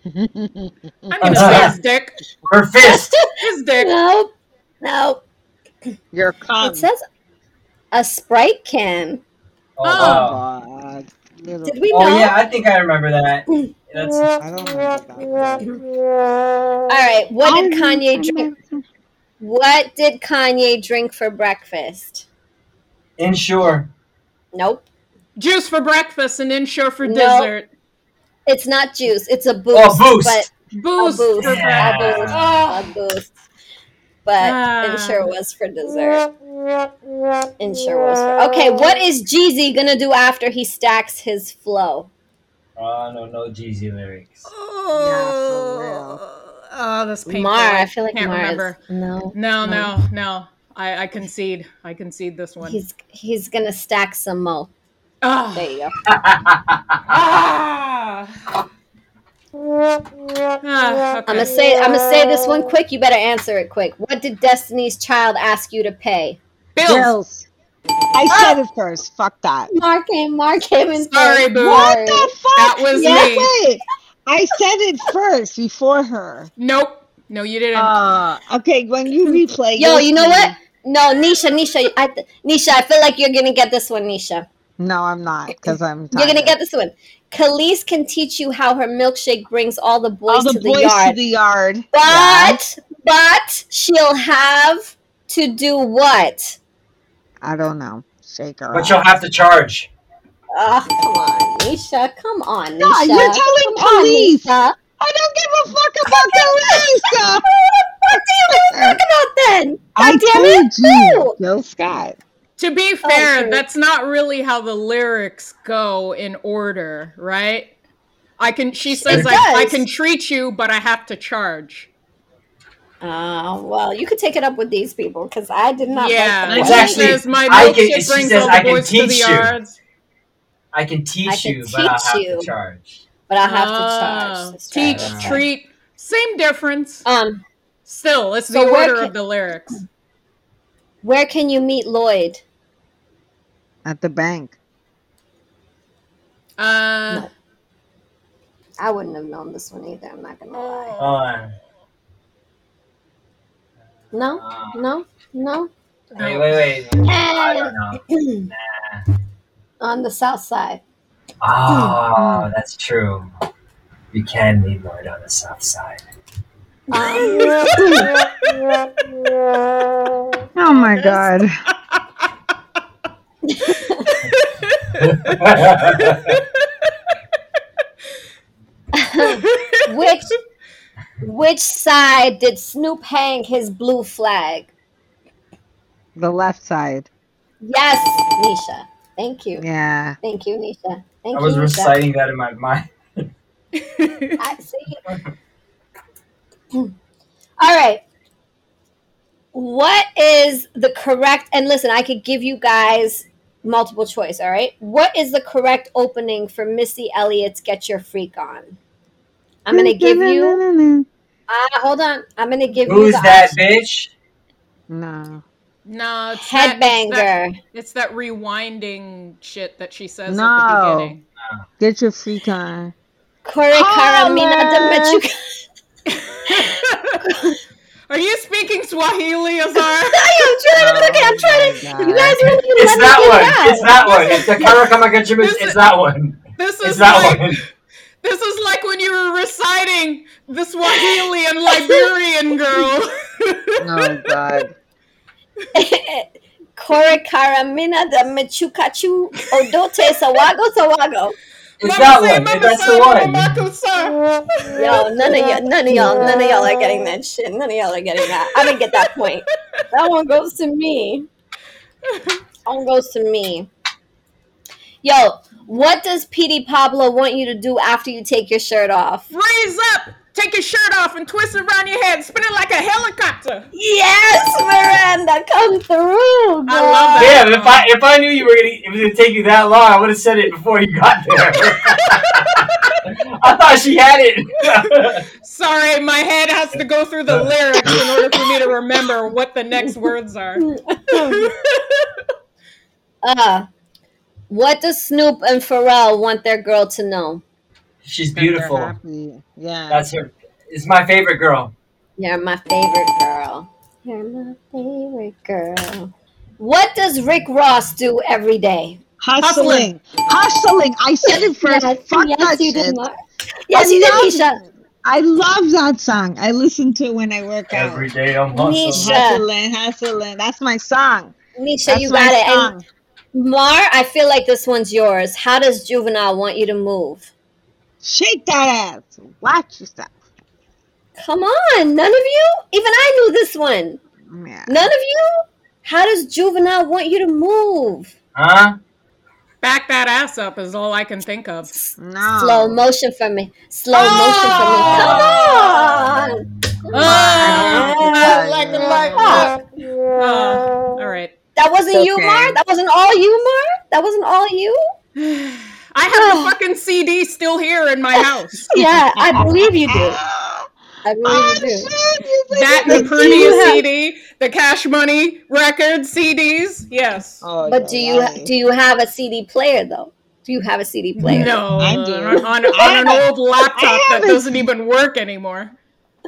Speaker 1: I'm gonna say his dick.
Speaker 4: Her fist.
Speaker 1: His dick.
Speaker 3: Nope. Nope.
Speaker 2: [LAUGHS] Your comment.
Speaker 4: Um,
Speaker 3: It says a Sprite can.
Speaker 4: Oh,
Speaker 1: Oh.
Speaker 4: wow.
Speaker 3: uh, Did we know?
Speaker 4: oh yeah, I think I remember that.
Speaker 3: [LAUGHS]
Speaker 4: That's
Speaker 2: I don't know.
Speaker 3: All right. What did Kanye drink? What did Kanye drink for breakfast?
Speaker 4: insure.
Speaker 3: Nope.
Speaker 1: Juice for breakfast and insure for
Speaker 3: No.
Speaker 1: dessert.
Speaker 3: It's not juice. It's a boost.
Speaker 4: Oh, boost.
Speaker 3: But
Speaker 1: Booze
Speaker 3: a boost.
Speaker 1: for
Speaker 4: Yeah.
Speaker 1: breakfast.
Speaker 3: A boost. A boost. But
Speaker 1: Ah.
Speaker 3: insure was for dessert. Insure was for. Okay, what is Jeezy gonna do after he stacks his flow?
Speaker 4: Oh no, no Jeezy
Speaker 3: [LAUGHS]
Speaker 4: lyrics.
Speaker 1: Oh, oh that's painful.
Speaker 3: Mar, I feel like
Speaker 1: can't
Speaker 3: Mar. is-
Speaker 1: remember.
Speaker 3: No,
Speaker 1: No, no,
Speaker 3: No.
Speaker 1: no. I, I concede. I concede this one.
Speaker 3: he's he's gonna stack some mo.
Speaker 1: Ah.
Speaker 3: There you go.
Speaker 1: Ah. Ah,
Speaker 3: I'm gonna
Speaker 1: okay.
Speaker 3: say I'm gonna say this one quick. You better answer it quick. What did Destiny's Child ask you to pay?
Speaker 1: Bills.
Speaker 2: Bills. I
Speaker 3: Uh,
Speaker 2: said it first. Fuck that.
Speaker 3: Mark him, Mark him, and
Speaker 1: Sorry,
Speaker 3: say,
Speaker 1: boo.
Speaker 2: What
Speaker 3: "Sorry."
Speaker 2: the fuck?
Speaker 1: That was
Speaker 2: No
Speaker 1: me.
Speaker 2: way. I said it first before her.
Speaker 1: Nope. No, you didn't.
Speaker 2: Uh, okay, when you replay.
Speaker 3: Yo,
Speaker 2: you'll
Speaker 3: you know
Speaker 2: see.
Speaker 3: what? No, Nisha, Nisha, I, th- Nisha, I feel like you're gonna get this one, Nisha.
Speaker 2: No, I'm not because I'm.
Speaker 3: You're gonna
Speaker 2: tired.
Speaker 3: get this one. Khalees can teach you how her milkshake brings all the boys
Speaker 2: all the
Speaker 3: to the
Speaker 2: boys
Speaker 3: yard,
Speaker 2: to the yard.
Speaker 3: but but she'll have to do what?
Speaker 2: I don't know. Shake her.
Speaker 4: But
Speaker 2: up.
Speaker 4: you'll have to charge.
Speaker 3: Oh, come on, Nisha, come on, Nisha.
Speaker 2: No, you're telling
Speaker 3: Come on,
Speaker 2: police.
Speaker 3: Nisha.
Speaker 2: I don't give a fuck about
Speaker 3: [LAUGHS]
Speaker 2: police. uh,
Speaker 3: What do you even talk about then? God
Speaker 2: I
Speaker 3: damn
Speaker 2: told
Speaker 3: it!
Speaker 2: you,
Speaker 3: No.
Speaker 2: Yo Scott.
Speaker 1: to be
Speaker 4: oh,
Speaker 1: fair,
Speaker 3: shoot.
Speaker 1: that's not really how the lyrics go in order, right? I can. She says, I,
Speaker 3: does.
Speaker 1: "I can treat you, but I have to charge."
Speaker 3: Oh well, you could take it up with these people because I did not.
Speaker 1: yeah,
Speaker 3: like
Speaker 4: It's
Speaker 1: she
Speaker 3: the
Speaker 4: actually-
Speaker 1: says, "My
Speaker 4: I can-
Speaker 1: milkshake
Speaker 4: she
Speaker 1: brings
Speaker 4: says,
Speaker 1: all
Speaker 4: "I
Speaker 1: the
Speaker 4: can
Speaker 1: boys to the
Speaker 4: teach you."
Speaker 1: yards."
Speaker 4: I can teach
Speaker 3: I can
Speaker 4: you, but I'll
Speaker 3: teach
Speaker 4: have
Speaker 3: you.
Speaker 4: to charge.
Speaker 3: but I have to
Speaker 1: Ah,
Speaker 3: charge. That's right,
Speaker 1: teach,
Speaker 3: that's right.
Speaker 1: treat, same difference.
Speaker 3: Um,
Speaker 1: Still, it's the
Speaker 3: so where
Speaker 1: order
Speaker 3: can-
Speaker 1: of the lyrics.
Speaker 3: where can you meet Lloyd?
Speaker 2: At the bank.
Speaker 1: Uh,
Speaker 3: I wouldn't have known this one either. I'm not gonna lie.
Speaker 1: oh.
Speaker 4: On.
Speaker 3: No,
Speaker 4: Uh,
Speaker 3: no, no. [CLEARS THROAT]
Speaker 4: wait, wait, wait. I don't know.
Speaker 3: On the south side.
Speaker 4: Oh, that's true. You can leave Lloyd on the south side. [LAUGHS]
Speaker 3: Um, [LAUGHS]
Speaker 2: Oh my god.
Speaker 3: which which side did Snoop hang his blue flag?
Speaker 2: The left side.
Speaker 3: Yes, Nisha. Thank you.
Speaker 2: Yeah.
Speaker 3: Thank you, Nisha. Thank
Speaker 4: I was
Speaker 3: you, Nisha.
Speaker 4: reciting that in my mind.
Speaker 3: I see. [CLEARS THROAT] All right. What is the correct? And listen, I could give you guys multiple choice. All right. What is the correct opening for Missy Elliott's "Get Your Freak On"? I'm gonna give you. Uh, hold on. I'm gonna give you
Speaker 4: Who's
Speaker 3: the
Speaker 4: that
Speaker 3: option.
Speaker 4: bitch?
Speaker 2: [LAUGHS] No.
Speaker 1: no, it's that- it's that-
Speaker 3: headbanger.
Speaker 1: It's that rewinding shit that she says at the
Speaker 2: No.
Speaker 1: beginning.
Speaker 2: Get your freak on.
Speaker 3: Corre caramina de
Speaker 2: Holla.
Speaker 3: [LAUGHS] Machuca.
Speaker 1: [LAUGHS] Are you speaking Swahili, Azar?
Speaker 3: I'm trying
Speaker 2: Oh
Speaker 3: to okay, I'm trying to. [LAUGHS] You guys really
Speaker 4: Oh, It's
Speaker 3: let me
Speaker 4: that
Speaker 3: get
Speaker 4: one.
Speaker 3: it out.
Speaker 4: It's that
Speaker 3: [LAUGHS]
Speaker 4: one. It's the Karakamagachibu.
Speaker 1: This
Speaker 4: It's
Speaker 1: is-
Speaker 4: that one.
Speaker 1: This is
Speaker 4: It's that
Speaker 1: like
Speaker 4: one.
Speaker 1: this is like when you were reciting the Swahili and Liberian girl. [LAUGHS]
Speaker 2: Oh
Speaker 3: [LAUGHS]
Speaker 2: god.
Speaker 3: Corre caramina de Machucachu Odote Sawago Sawago.
Speaker 4: [LAUGHS] It's that one. That's the one.
Speaker 1: one.
Speaker 3: Yo, none of y'all, none of y'all, none of y'all are getting that shit. None of y'all are getting that. I didn't get that point. That one goes to me. That one goes to me. Yo, what does Petey Pablo want you to do after you take your shirt off?
Speaker 1: Raise up, take your shirt off, and twist it around your head, spin it like a helicopter.
Speaker 3: Yes, Miranda, come through.
Speaker 1: I
Speaker 3: girl.
Speaker 1: love that.
Speaker 4: Damn, if I if I knew you were gonna it was gonna take you that long, I would have said it before you got there. [LAUGHS] I thought she had it. [LAUGHS]
Speaker 1: Sorry, my head has to go through the lyrics in order for me to remember what the next words are.
Speaker 3: Uh, what does Snoop and Pharrell want their girl to know?
Speaker 4: She's
Speaker 1: That they're
Speaker 4: beautiful.
Speaker 1: happy.
Speaker 2: Yeah.
Speaker 4: That's her. It's my favorite girl.
Speaker 3: You're my favorite girl. You're my favorite girl. What does Rick Ross do every day?
Speaker 2: Hustling. Hustling. I said it first. Fuck that
Speaker 3: you did,
Speaker 2: shit.
Speaker 3: Mar- Yes,
Speaker 2: I
Speaker 3: you did,
Speaker 2: love
Speaker 3: Keisha.
Speaker 2: I love that song. I listen to it when I work out.
Speaker 3: Oh.
Speaker 4: Every day I'm
Speaker 3: Nisha.
Speaker 2: Hustling,
Speaker 4: hustling.
Speaker 2: hustling. That's my song.
Speaker 3: Nisha,
Speaker 2: That's
Speaker 3: you
Speaker 2: my
Speaker 3: got it. And
Speaker 2: song.
Speaker 3: Mar, I feel like this one's yours. How does Juvenile want you to move?
Speaker 2: Shake that ass. Watch yourself.
Speaker 3: Come on, none of you? Even I knew this one.
Speaker 2: Yeah.
Speaker 3: None of you? How does Juvenile want you to move?
Speaker 4: Huh?
Speaker 1: Back that ass up is all I can think of.
Speaker 2: No.
Speaker 3: Slow motion for me. Slow
Speaker 1: Oh.
Speaker 3: motion for me. Come on.
Speaker 1: Oh, I like it like that.
Speaker 3: Uh,
Speaker 1: Oh, all right. [SIGHS]
Speaker 3: That wasn't you,
Speaker 2: Okay.
Speaker 3: Mar. That wasn't all you, Mar. That wasn't all you.
Speaker 1: I have the fucking CD still here in my house.
Speaker 3: [LAUGHS] Yeah, I believe you
Speaker 2: [GASPS]
Speaker 3: do.
Speaker 2: Ah,
Speaker 3: I
Speaker 2: oh,
Speaker 3: believe you do.
Speaker 2: shit, you think
Speaker 1: That
Speaker 2: you
Speaker 1: the
Speaker 2: can
Speaker 1: Purdy
Speaker 2: do that?
Speaker 1: CD, the Cash Money record CDs. Yes.
Speaker 2: Oh,
Speaker 3: But do you
Speaker 2: right.
Speaker 3: do you have a CD player though? Do you have a CD player?
Speaker 1: No,
Speaker 2: I do. [LAUGHS]
Speaker 1: on, on an old laptop that
Speaker 2: have a
Speaker 1: doesn't even work anymore.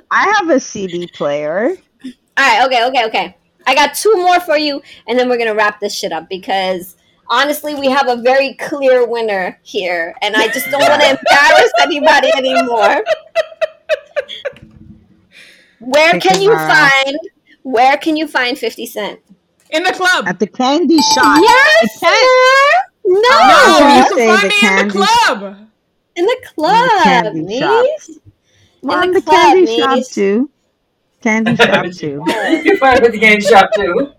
Speaker 2: I have a CD player.
Speaker 3: All right, okay, okay, okay. I got two more for you, and then we're gonna wrap this shit up because honestly, we have a very clear winner here, and I just don't
Speaker 2: [LAUGHS]
Speaker 3: want to embarrass anybody anymore. Where
Speaker 2: Thank
Speaker 3: can
Speaker 2: you,
Speaker 3: you
Speaker 2: Mara.
Speaker 3: find? Where can you find Fifty Cent?
Speaker 1: In the club.
Speaker 2: At the candy shop.
Speaker 3: Yes, Mara!
Speaker 1: no,
Speaker 3: no,
Speaker 2: Oh,
Speaker 1: you
Speaker 2: say
Speaker 1: can find me in
Speaker 2: the
Speaker 1: the
Speaker 2: candy
Speaker 1: club.
Speaker 3: in the club,
Speaker 2: candy shop.
Speaker 3: niece.
Speaker 2: Well,
Speaker 3: the
Speaker 2: the
Speaker 3: club,
Speaker 2: candy
Speaker 3: niece.
Speaker 2: shop too. [LAUGHS] Candy shop too.
Speaker 4: You can find her at the candy shop too.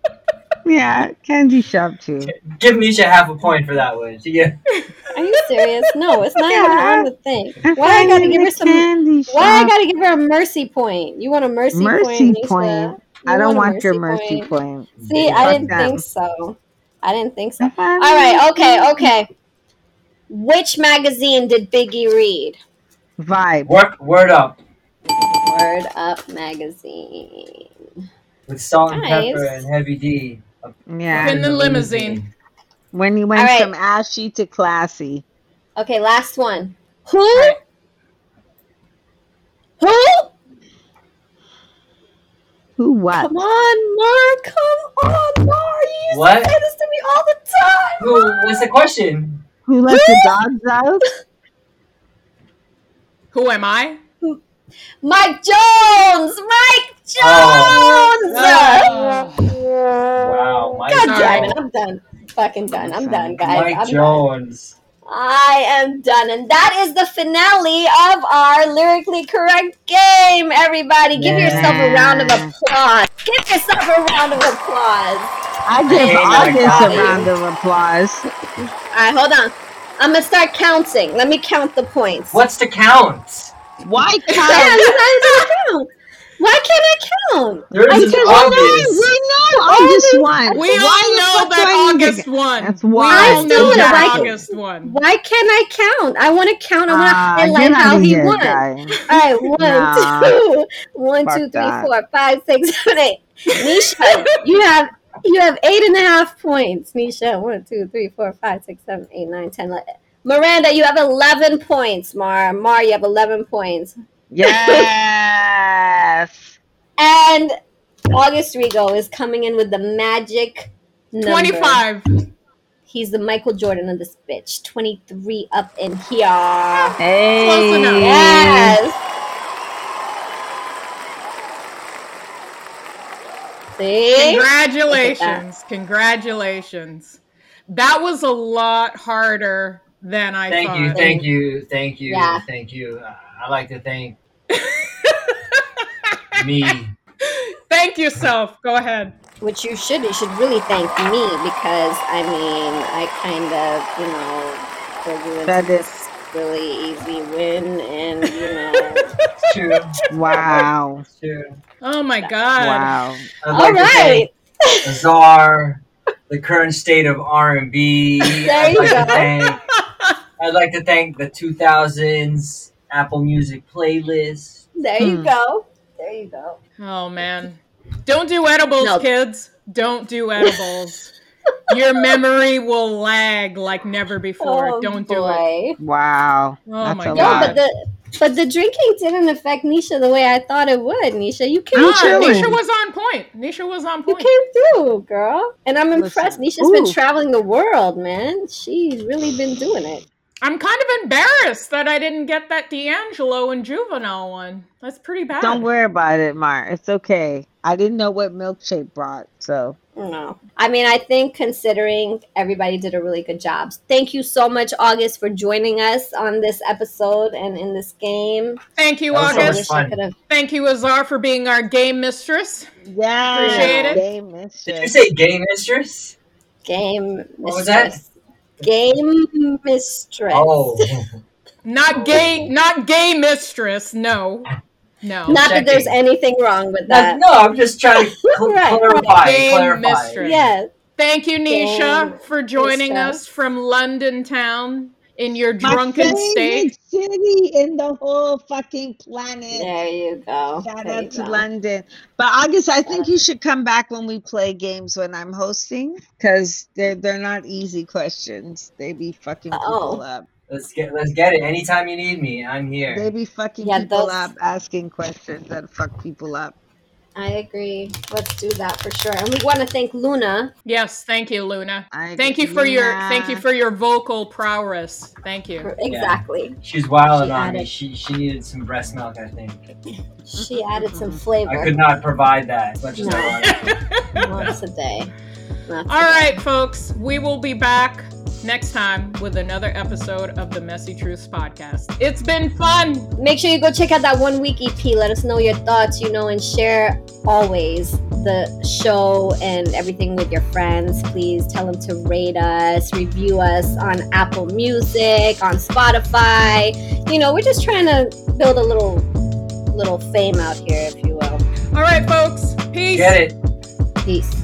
Speaker 2: Yeah, candy shop too.
Speaker 4: Give Nisha half a point for that one. She get
Speaker 3: Are you serious? No, it's not even
Speaker 2: Yeah.
Speaker 3: on the thing. Why I
Speaker 2: find
Speaker 3: gotta
Speaker 2: in
Speaker 3: give
Speaker 2: the
Speaker 3: her some?
Speaker 2: candy shop.
Speaker 3: Why I gotta give her a mercy point? You want a mercy,
Speaker 2: Mercy
Speaker 3: point? Nisha?
Speaker 2: point.
Speaker 3: You
Speaker 2: I don't
Speaker 3: a
Speaker 2: want your mercy point.
Speaker 3: See, I
Speaker 2: Fuck
Speaker 3: didn't
Speaker 2: them.
Speaker 3: think so. I didn't think so.
Speaker 2: If I
Speaker 3: All right,
Speaker 2: want
Speaker 3: okay,
Speaker 2: your
Speaker 3: okay. Which magazine did Biggie read?
Speaker 2: Vibe.
Speaker 4: work word up
Speaker 3: Word Up magazine.
Speaker 4: with salt and
Speaker 3: Nice.
Speaker 4: pepper and heavy D.
Speaker 2: Yeah.
Speaker 1: In the limousine.
Speaker 2: When you went
Speaker 3: All right.
Speaker 2: from ashy to classy.
Speaker 3: Okay, last one. Who?
Speaker 1: Right.
Speaker 3: Who?
Speaker 2: Who what?
Speaker 3: Come on, Mar. Come on, Mar. You used
Speaker 4: What?
Speaker 3: to say this to me all the time.
Speaker 4: Who, what's
Speaker 3: [LAUGHS]
Speaker 4: the question?
Speaker 2: Who let the dogs out?
Speaker 1: Who am I?
Speaker 3: Mike Jones! Mike Jones!
Speaker 4: Oh.
Speaker 1: Oh.
Speaker 4: Wow, Mike
Speaker 3: God
Speaker 1: Sorry.
Speaker 3: damn it, I'm done. Fucking done. I'm done, guys.
Speaker 4: Mike
Speaker 3: I'm done.
Speaker 4: Jones.
Speaker 3: I am done. And that is the finale of our lyrically correct game, everybody. Give yourself a round of
Speaker 2: Yeah.
Speaker 3: applause. Give yourself a round of applause.
Speaker 2: I give
Speaker 4: Hey,
Speaker 2: August
Speaker 4: everybody.
Speaker 2: a round of applause.
Speaker 3: All right, hold on. I'm going to start counting. Let me count the points. [LAUGHS]
Speaker 4: What's the count?
Speaker 2: Why
Speaker 3: Yeah,
Speaker 2: can't
Speaker 3: it's not even count. Why can't I count?
Speaker 4: Yours is
Speaker 2: Because
Speaker 4: obvious.
Speaker 2: We know August one.
Speaker 1: We all know that August won.
Speaker 2: That's
Speaker 1: We
Speaker 2: why.
Speaker 1: all
Speaker 3: I
Speaker 1: know
Speaker 3: still
Speaker 1: that
Speaker 3: like it.
Speaker 1: August won.
Speaker 3: Why can't I count? I want to count. I want
Speaker 2: Ah,
Speaker 3: to
Speaker 2: get
Speaker 3: highlight
Speaker 2: out
Speaker 3: how
Speaker 2: of
Speaker 3: he
Speaker 2: here,
Speaker 3: won.
Speaker 2: guy.
Speaker 3: All
Speaker 2: [LAUGHS]
Speaker 3: right, one,
Speaker 2: Nah.
Speaker 3: two, one,
Speaker 2: Fuck
Speaker 3: two, three,
Speaker 2: that.
Speaker 3: four, five, six, [LAUGHS] seven, eight. Nisha, you have you have eight and a half points. Nisha, one, two, three, four, five, six, seven, eight, nine, ten. ele- Miranda, you have eleven points. Mar, Mar, you have eleven points.
Speaker 2: Yes.
Speaker 3: And August Rigo is coming in with the magic number.
Speaker 1: 25.
Speaker 3: He's the Michael Jordan of this bitch. Twenty-three up in here.
Speaker 2: Hey.
Speaker 1: enough.
Speaker 3: Yes. See?
Speaker 1: Congratulations. Congratulations. That was a lot harder than I
Speaker 4: thank
Speaker 1: thought.
Speaker 4: you, thank you, thank you,
Speaker 3: Yeah.
Speaker 4: thank you. Uh, I like to thank me.
Speaker 1: Thank yourself. Go ahead.
Speaker 3: Which you should. You should really thank me because I mean, I kind of, you know, pulled you into
Speaker 2: That is-
Speaker 3: this really easy win, and you know.
Speaker 4: It's true.
Speaker 2: Wow.
Speaker 4: It's true.
Speaker 1: Oh my god.
Speaker 2: Wow.
Speaker 4: I'd
Speaker 3: All
Speaker 4: like to thank
Speaker 3: right.
Speaker 4: Czar, the current state of R and B.
Speaker 3: There
Speaker 4: I'd
Speaker 3: you
Speaker 4: like to
Speaker 3: go.
Speaker 4: thank. I'd like to thank the 2000s Apple Music playlist.
Speaker 3: There you
Speaker 2: Hmm.
Speaker 3: go. There you go.
Speaker 1: Oh man. Don't do edibles,
Speaker 3: No.
Speaker 1: kids. Don't do
Speaker 3: [LAUGHS]
Speaker 1: edibles. Your memory will lag like never before. Don't do it.
Speaker 3: Oh, boy.
Speaker 2: Wow.
Speaker 1: Oh
Speaker 2: That's
Speaker 1: my
Speaker 2: a
Speaker 1: god.
Speaker 3: No,
Speaker 2: lot.
Speaker 3: but the but the drinking didn't affect Nisha the way I thought it would. Nisha, you came
Speaker 2: I'm
Speaker 1: Ah,
Speaker 2: chilling.
Speaker 1: Nisha was on point. Nisha was on
Speaker 3: you
Speaker 1: point.
Speaker 3: came through, girl. And I'm impressed. Nisha's
Speaker 2: Listen.
Speaker 3: been
Speaker 2: Ooh.
Speaker 3: traveling the world, man. She's really been doing it.
Speaker 1: I'm kind of embarrassed that I didn't get that D'Angelo and Juvenile one. That's pretty bad.
Speaker 2: Don't worry about it, Mar. It's okay. I didn't know what milkshake brought, so
Speaker 3: No. I mean, I think considering everybody did a really good job. Thank you so much, August, for joining us on this episode and in this game.
Speaker 1: Thank you,
Speaker 4: That was so much
Speaker 1: August.
Speaker 4: fun.
Speaker 3: could've-
Speaker 1: Thank you, Azar, for being our game mistress.
Speaker 2: yeah.
Speaker 1: Appreciate it.
Speaker 2: They
Speaker 4: Did you
Speaker 2: missed it.
Speaker 4: say gay mistress?
Speaker 3: Game
Speaker 4: What was that?
Speaker 3: mistress. Game mistress. [LAUGHS]
Speaker 4: Oh,
Speaker 1: Not gay, not gay mistress. No, no.
Speaker 3: Not that there's
Speaker 4: Checking.
Speaker 3: anything wrong with that.
Speaker 4: That's- no, I'm just trying to
Speaker 3: [LAUGHS]
Speaker 4: cl-
Speaker 3: Right.
Speaker 4: clarify.
Speaker 1: Gay
Speaker 4: clarify.
Speaker 1: mistress.
Speaker 3: Yes.
Speaker 1: Thank you,
Speaker 3: Game
Speaker 1: Nisha, for joining
Speaker 3: mistress.
Speaker 1: us from London town in your
Speaker 2: My
Speaker 1: drunken
Speaker 2: favorite
Speaker 1: state.
Speaker 2: city in the whole fucking planet.
Speaker 3: There you go.
Speaker 2: Shout
Speaker 3: There you
Speaker 2: out to
Speaker 3: go.
Speaker 2: London. But August, I think you should come back when we play games when I'm hosting because they're they're not easy questions. They be fucking
Speaker 3: Oh.
Speaker 2: people up.
Speaker 4: Let's get let's get it. Anytime you need me, I'm
Speaker 2: They
Speaker 4: here.
Speaker 2: be fucking
Speaker 3: Yeah,
Speaker 2: people
Speaker 3: those-
Speaker 2: up, asking questions that fuck people up.
Speaker 3: I agree. Let's do that for sure. And we want to thank Luna.
Speaker 1: Yes, thank you, Luna.
Speaker 2: I
Speaker 1: Thank you for your thank you
Speaker 2: Yeah.
Speaker 1: for your vocal prowess. Thank you.
Speaker 3: for- Exactly.
Speaker 4: She's wilding
Speaker 3: She
Speaker 4: on
Speaker 3: added-
Speaker 4: me. She she needed some breast milk, I think.
Speaker 3: She added some
Speaker 4: I
Speaker 3: flavor
Speaker 4: could not provide that as much as I
Speaker 3: No.
Speaker 4: wanted.
Speaker 3: [LAUGHS]
Speaker 4: to.
Speaker 3: once a day. Not
Speaker 1: All
Speaker 3: today.
Speaker 1: right, folks, we will be back next time with another episode of the Messy Truths podcast. It's been fun.
Speaker 3: Make sure you go check out that one week EP. Let us know your thoughts, you know, and share always the show and everything with your friends. Please tell them to rate us, review us on Apple Music, on Spotify. You know, we're just trying to build a little little fame out here, if you will.
Speaker 1: All right, folks. Peace.
Speaker 4: Get it.
Speaker 3: Peace.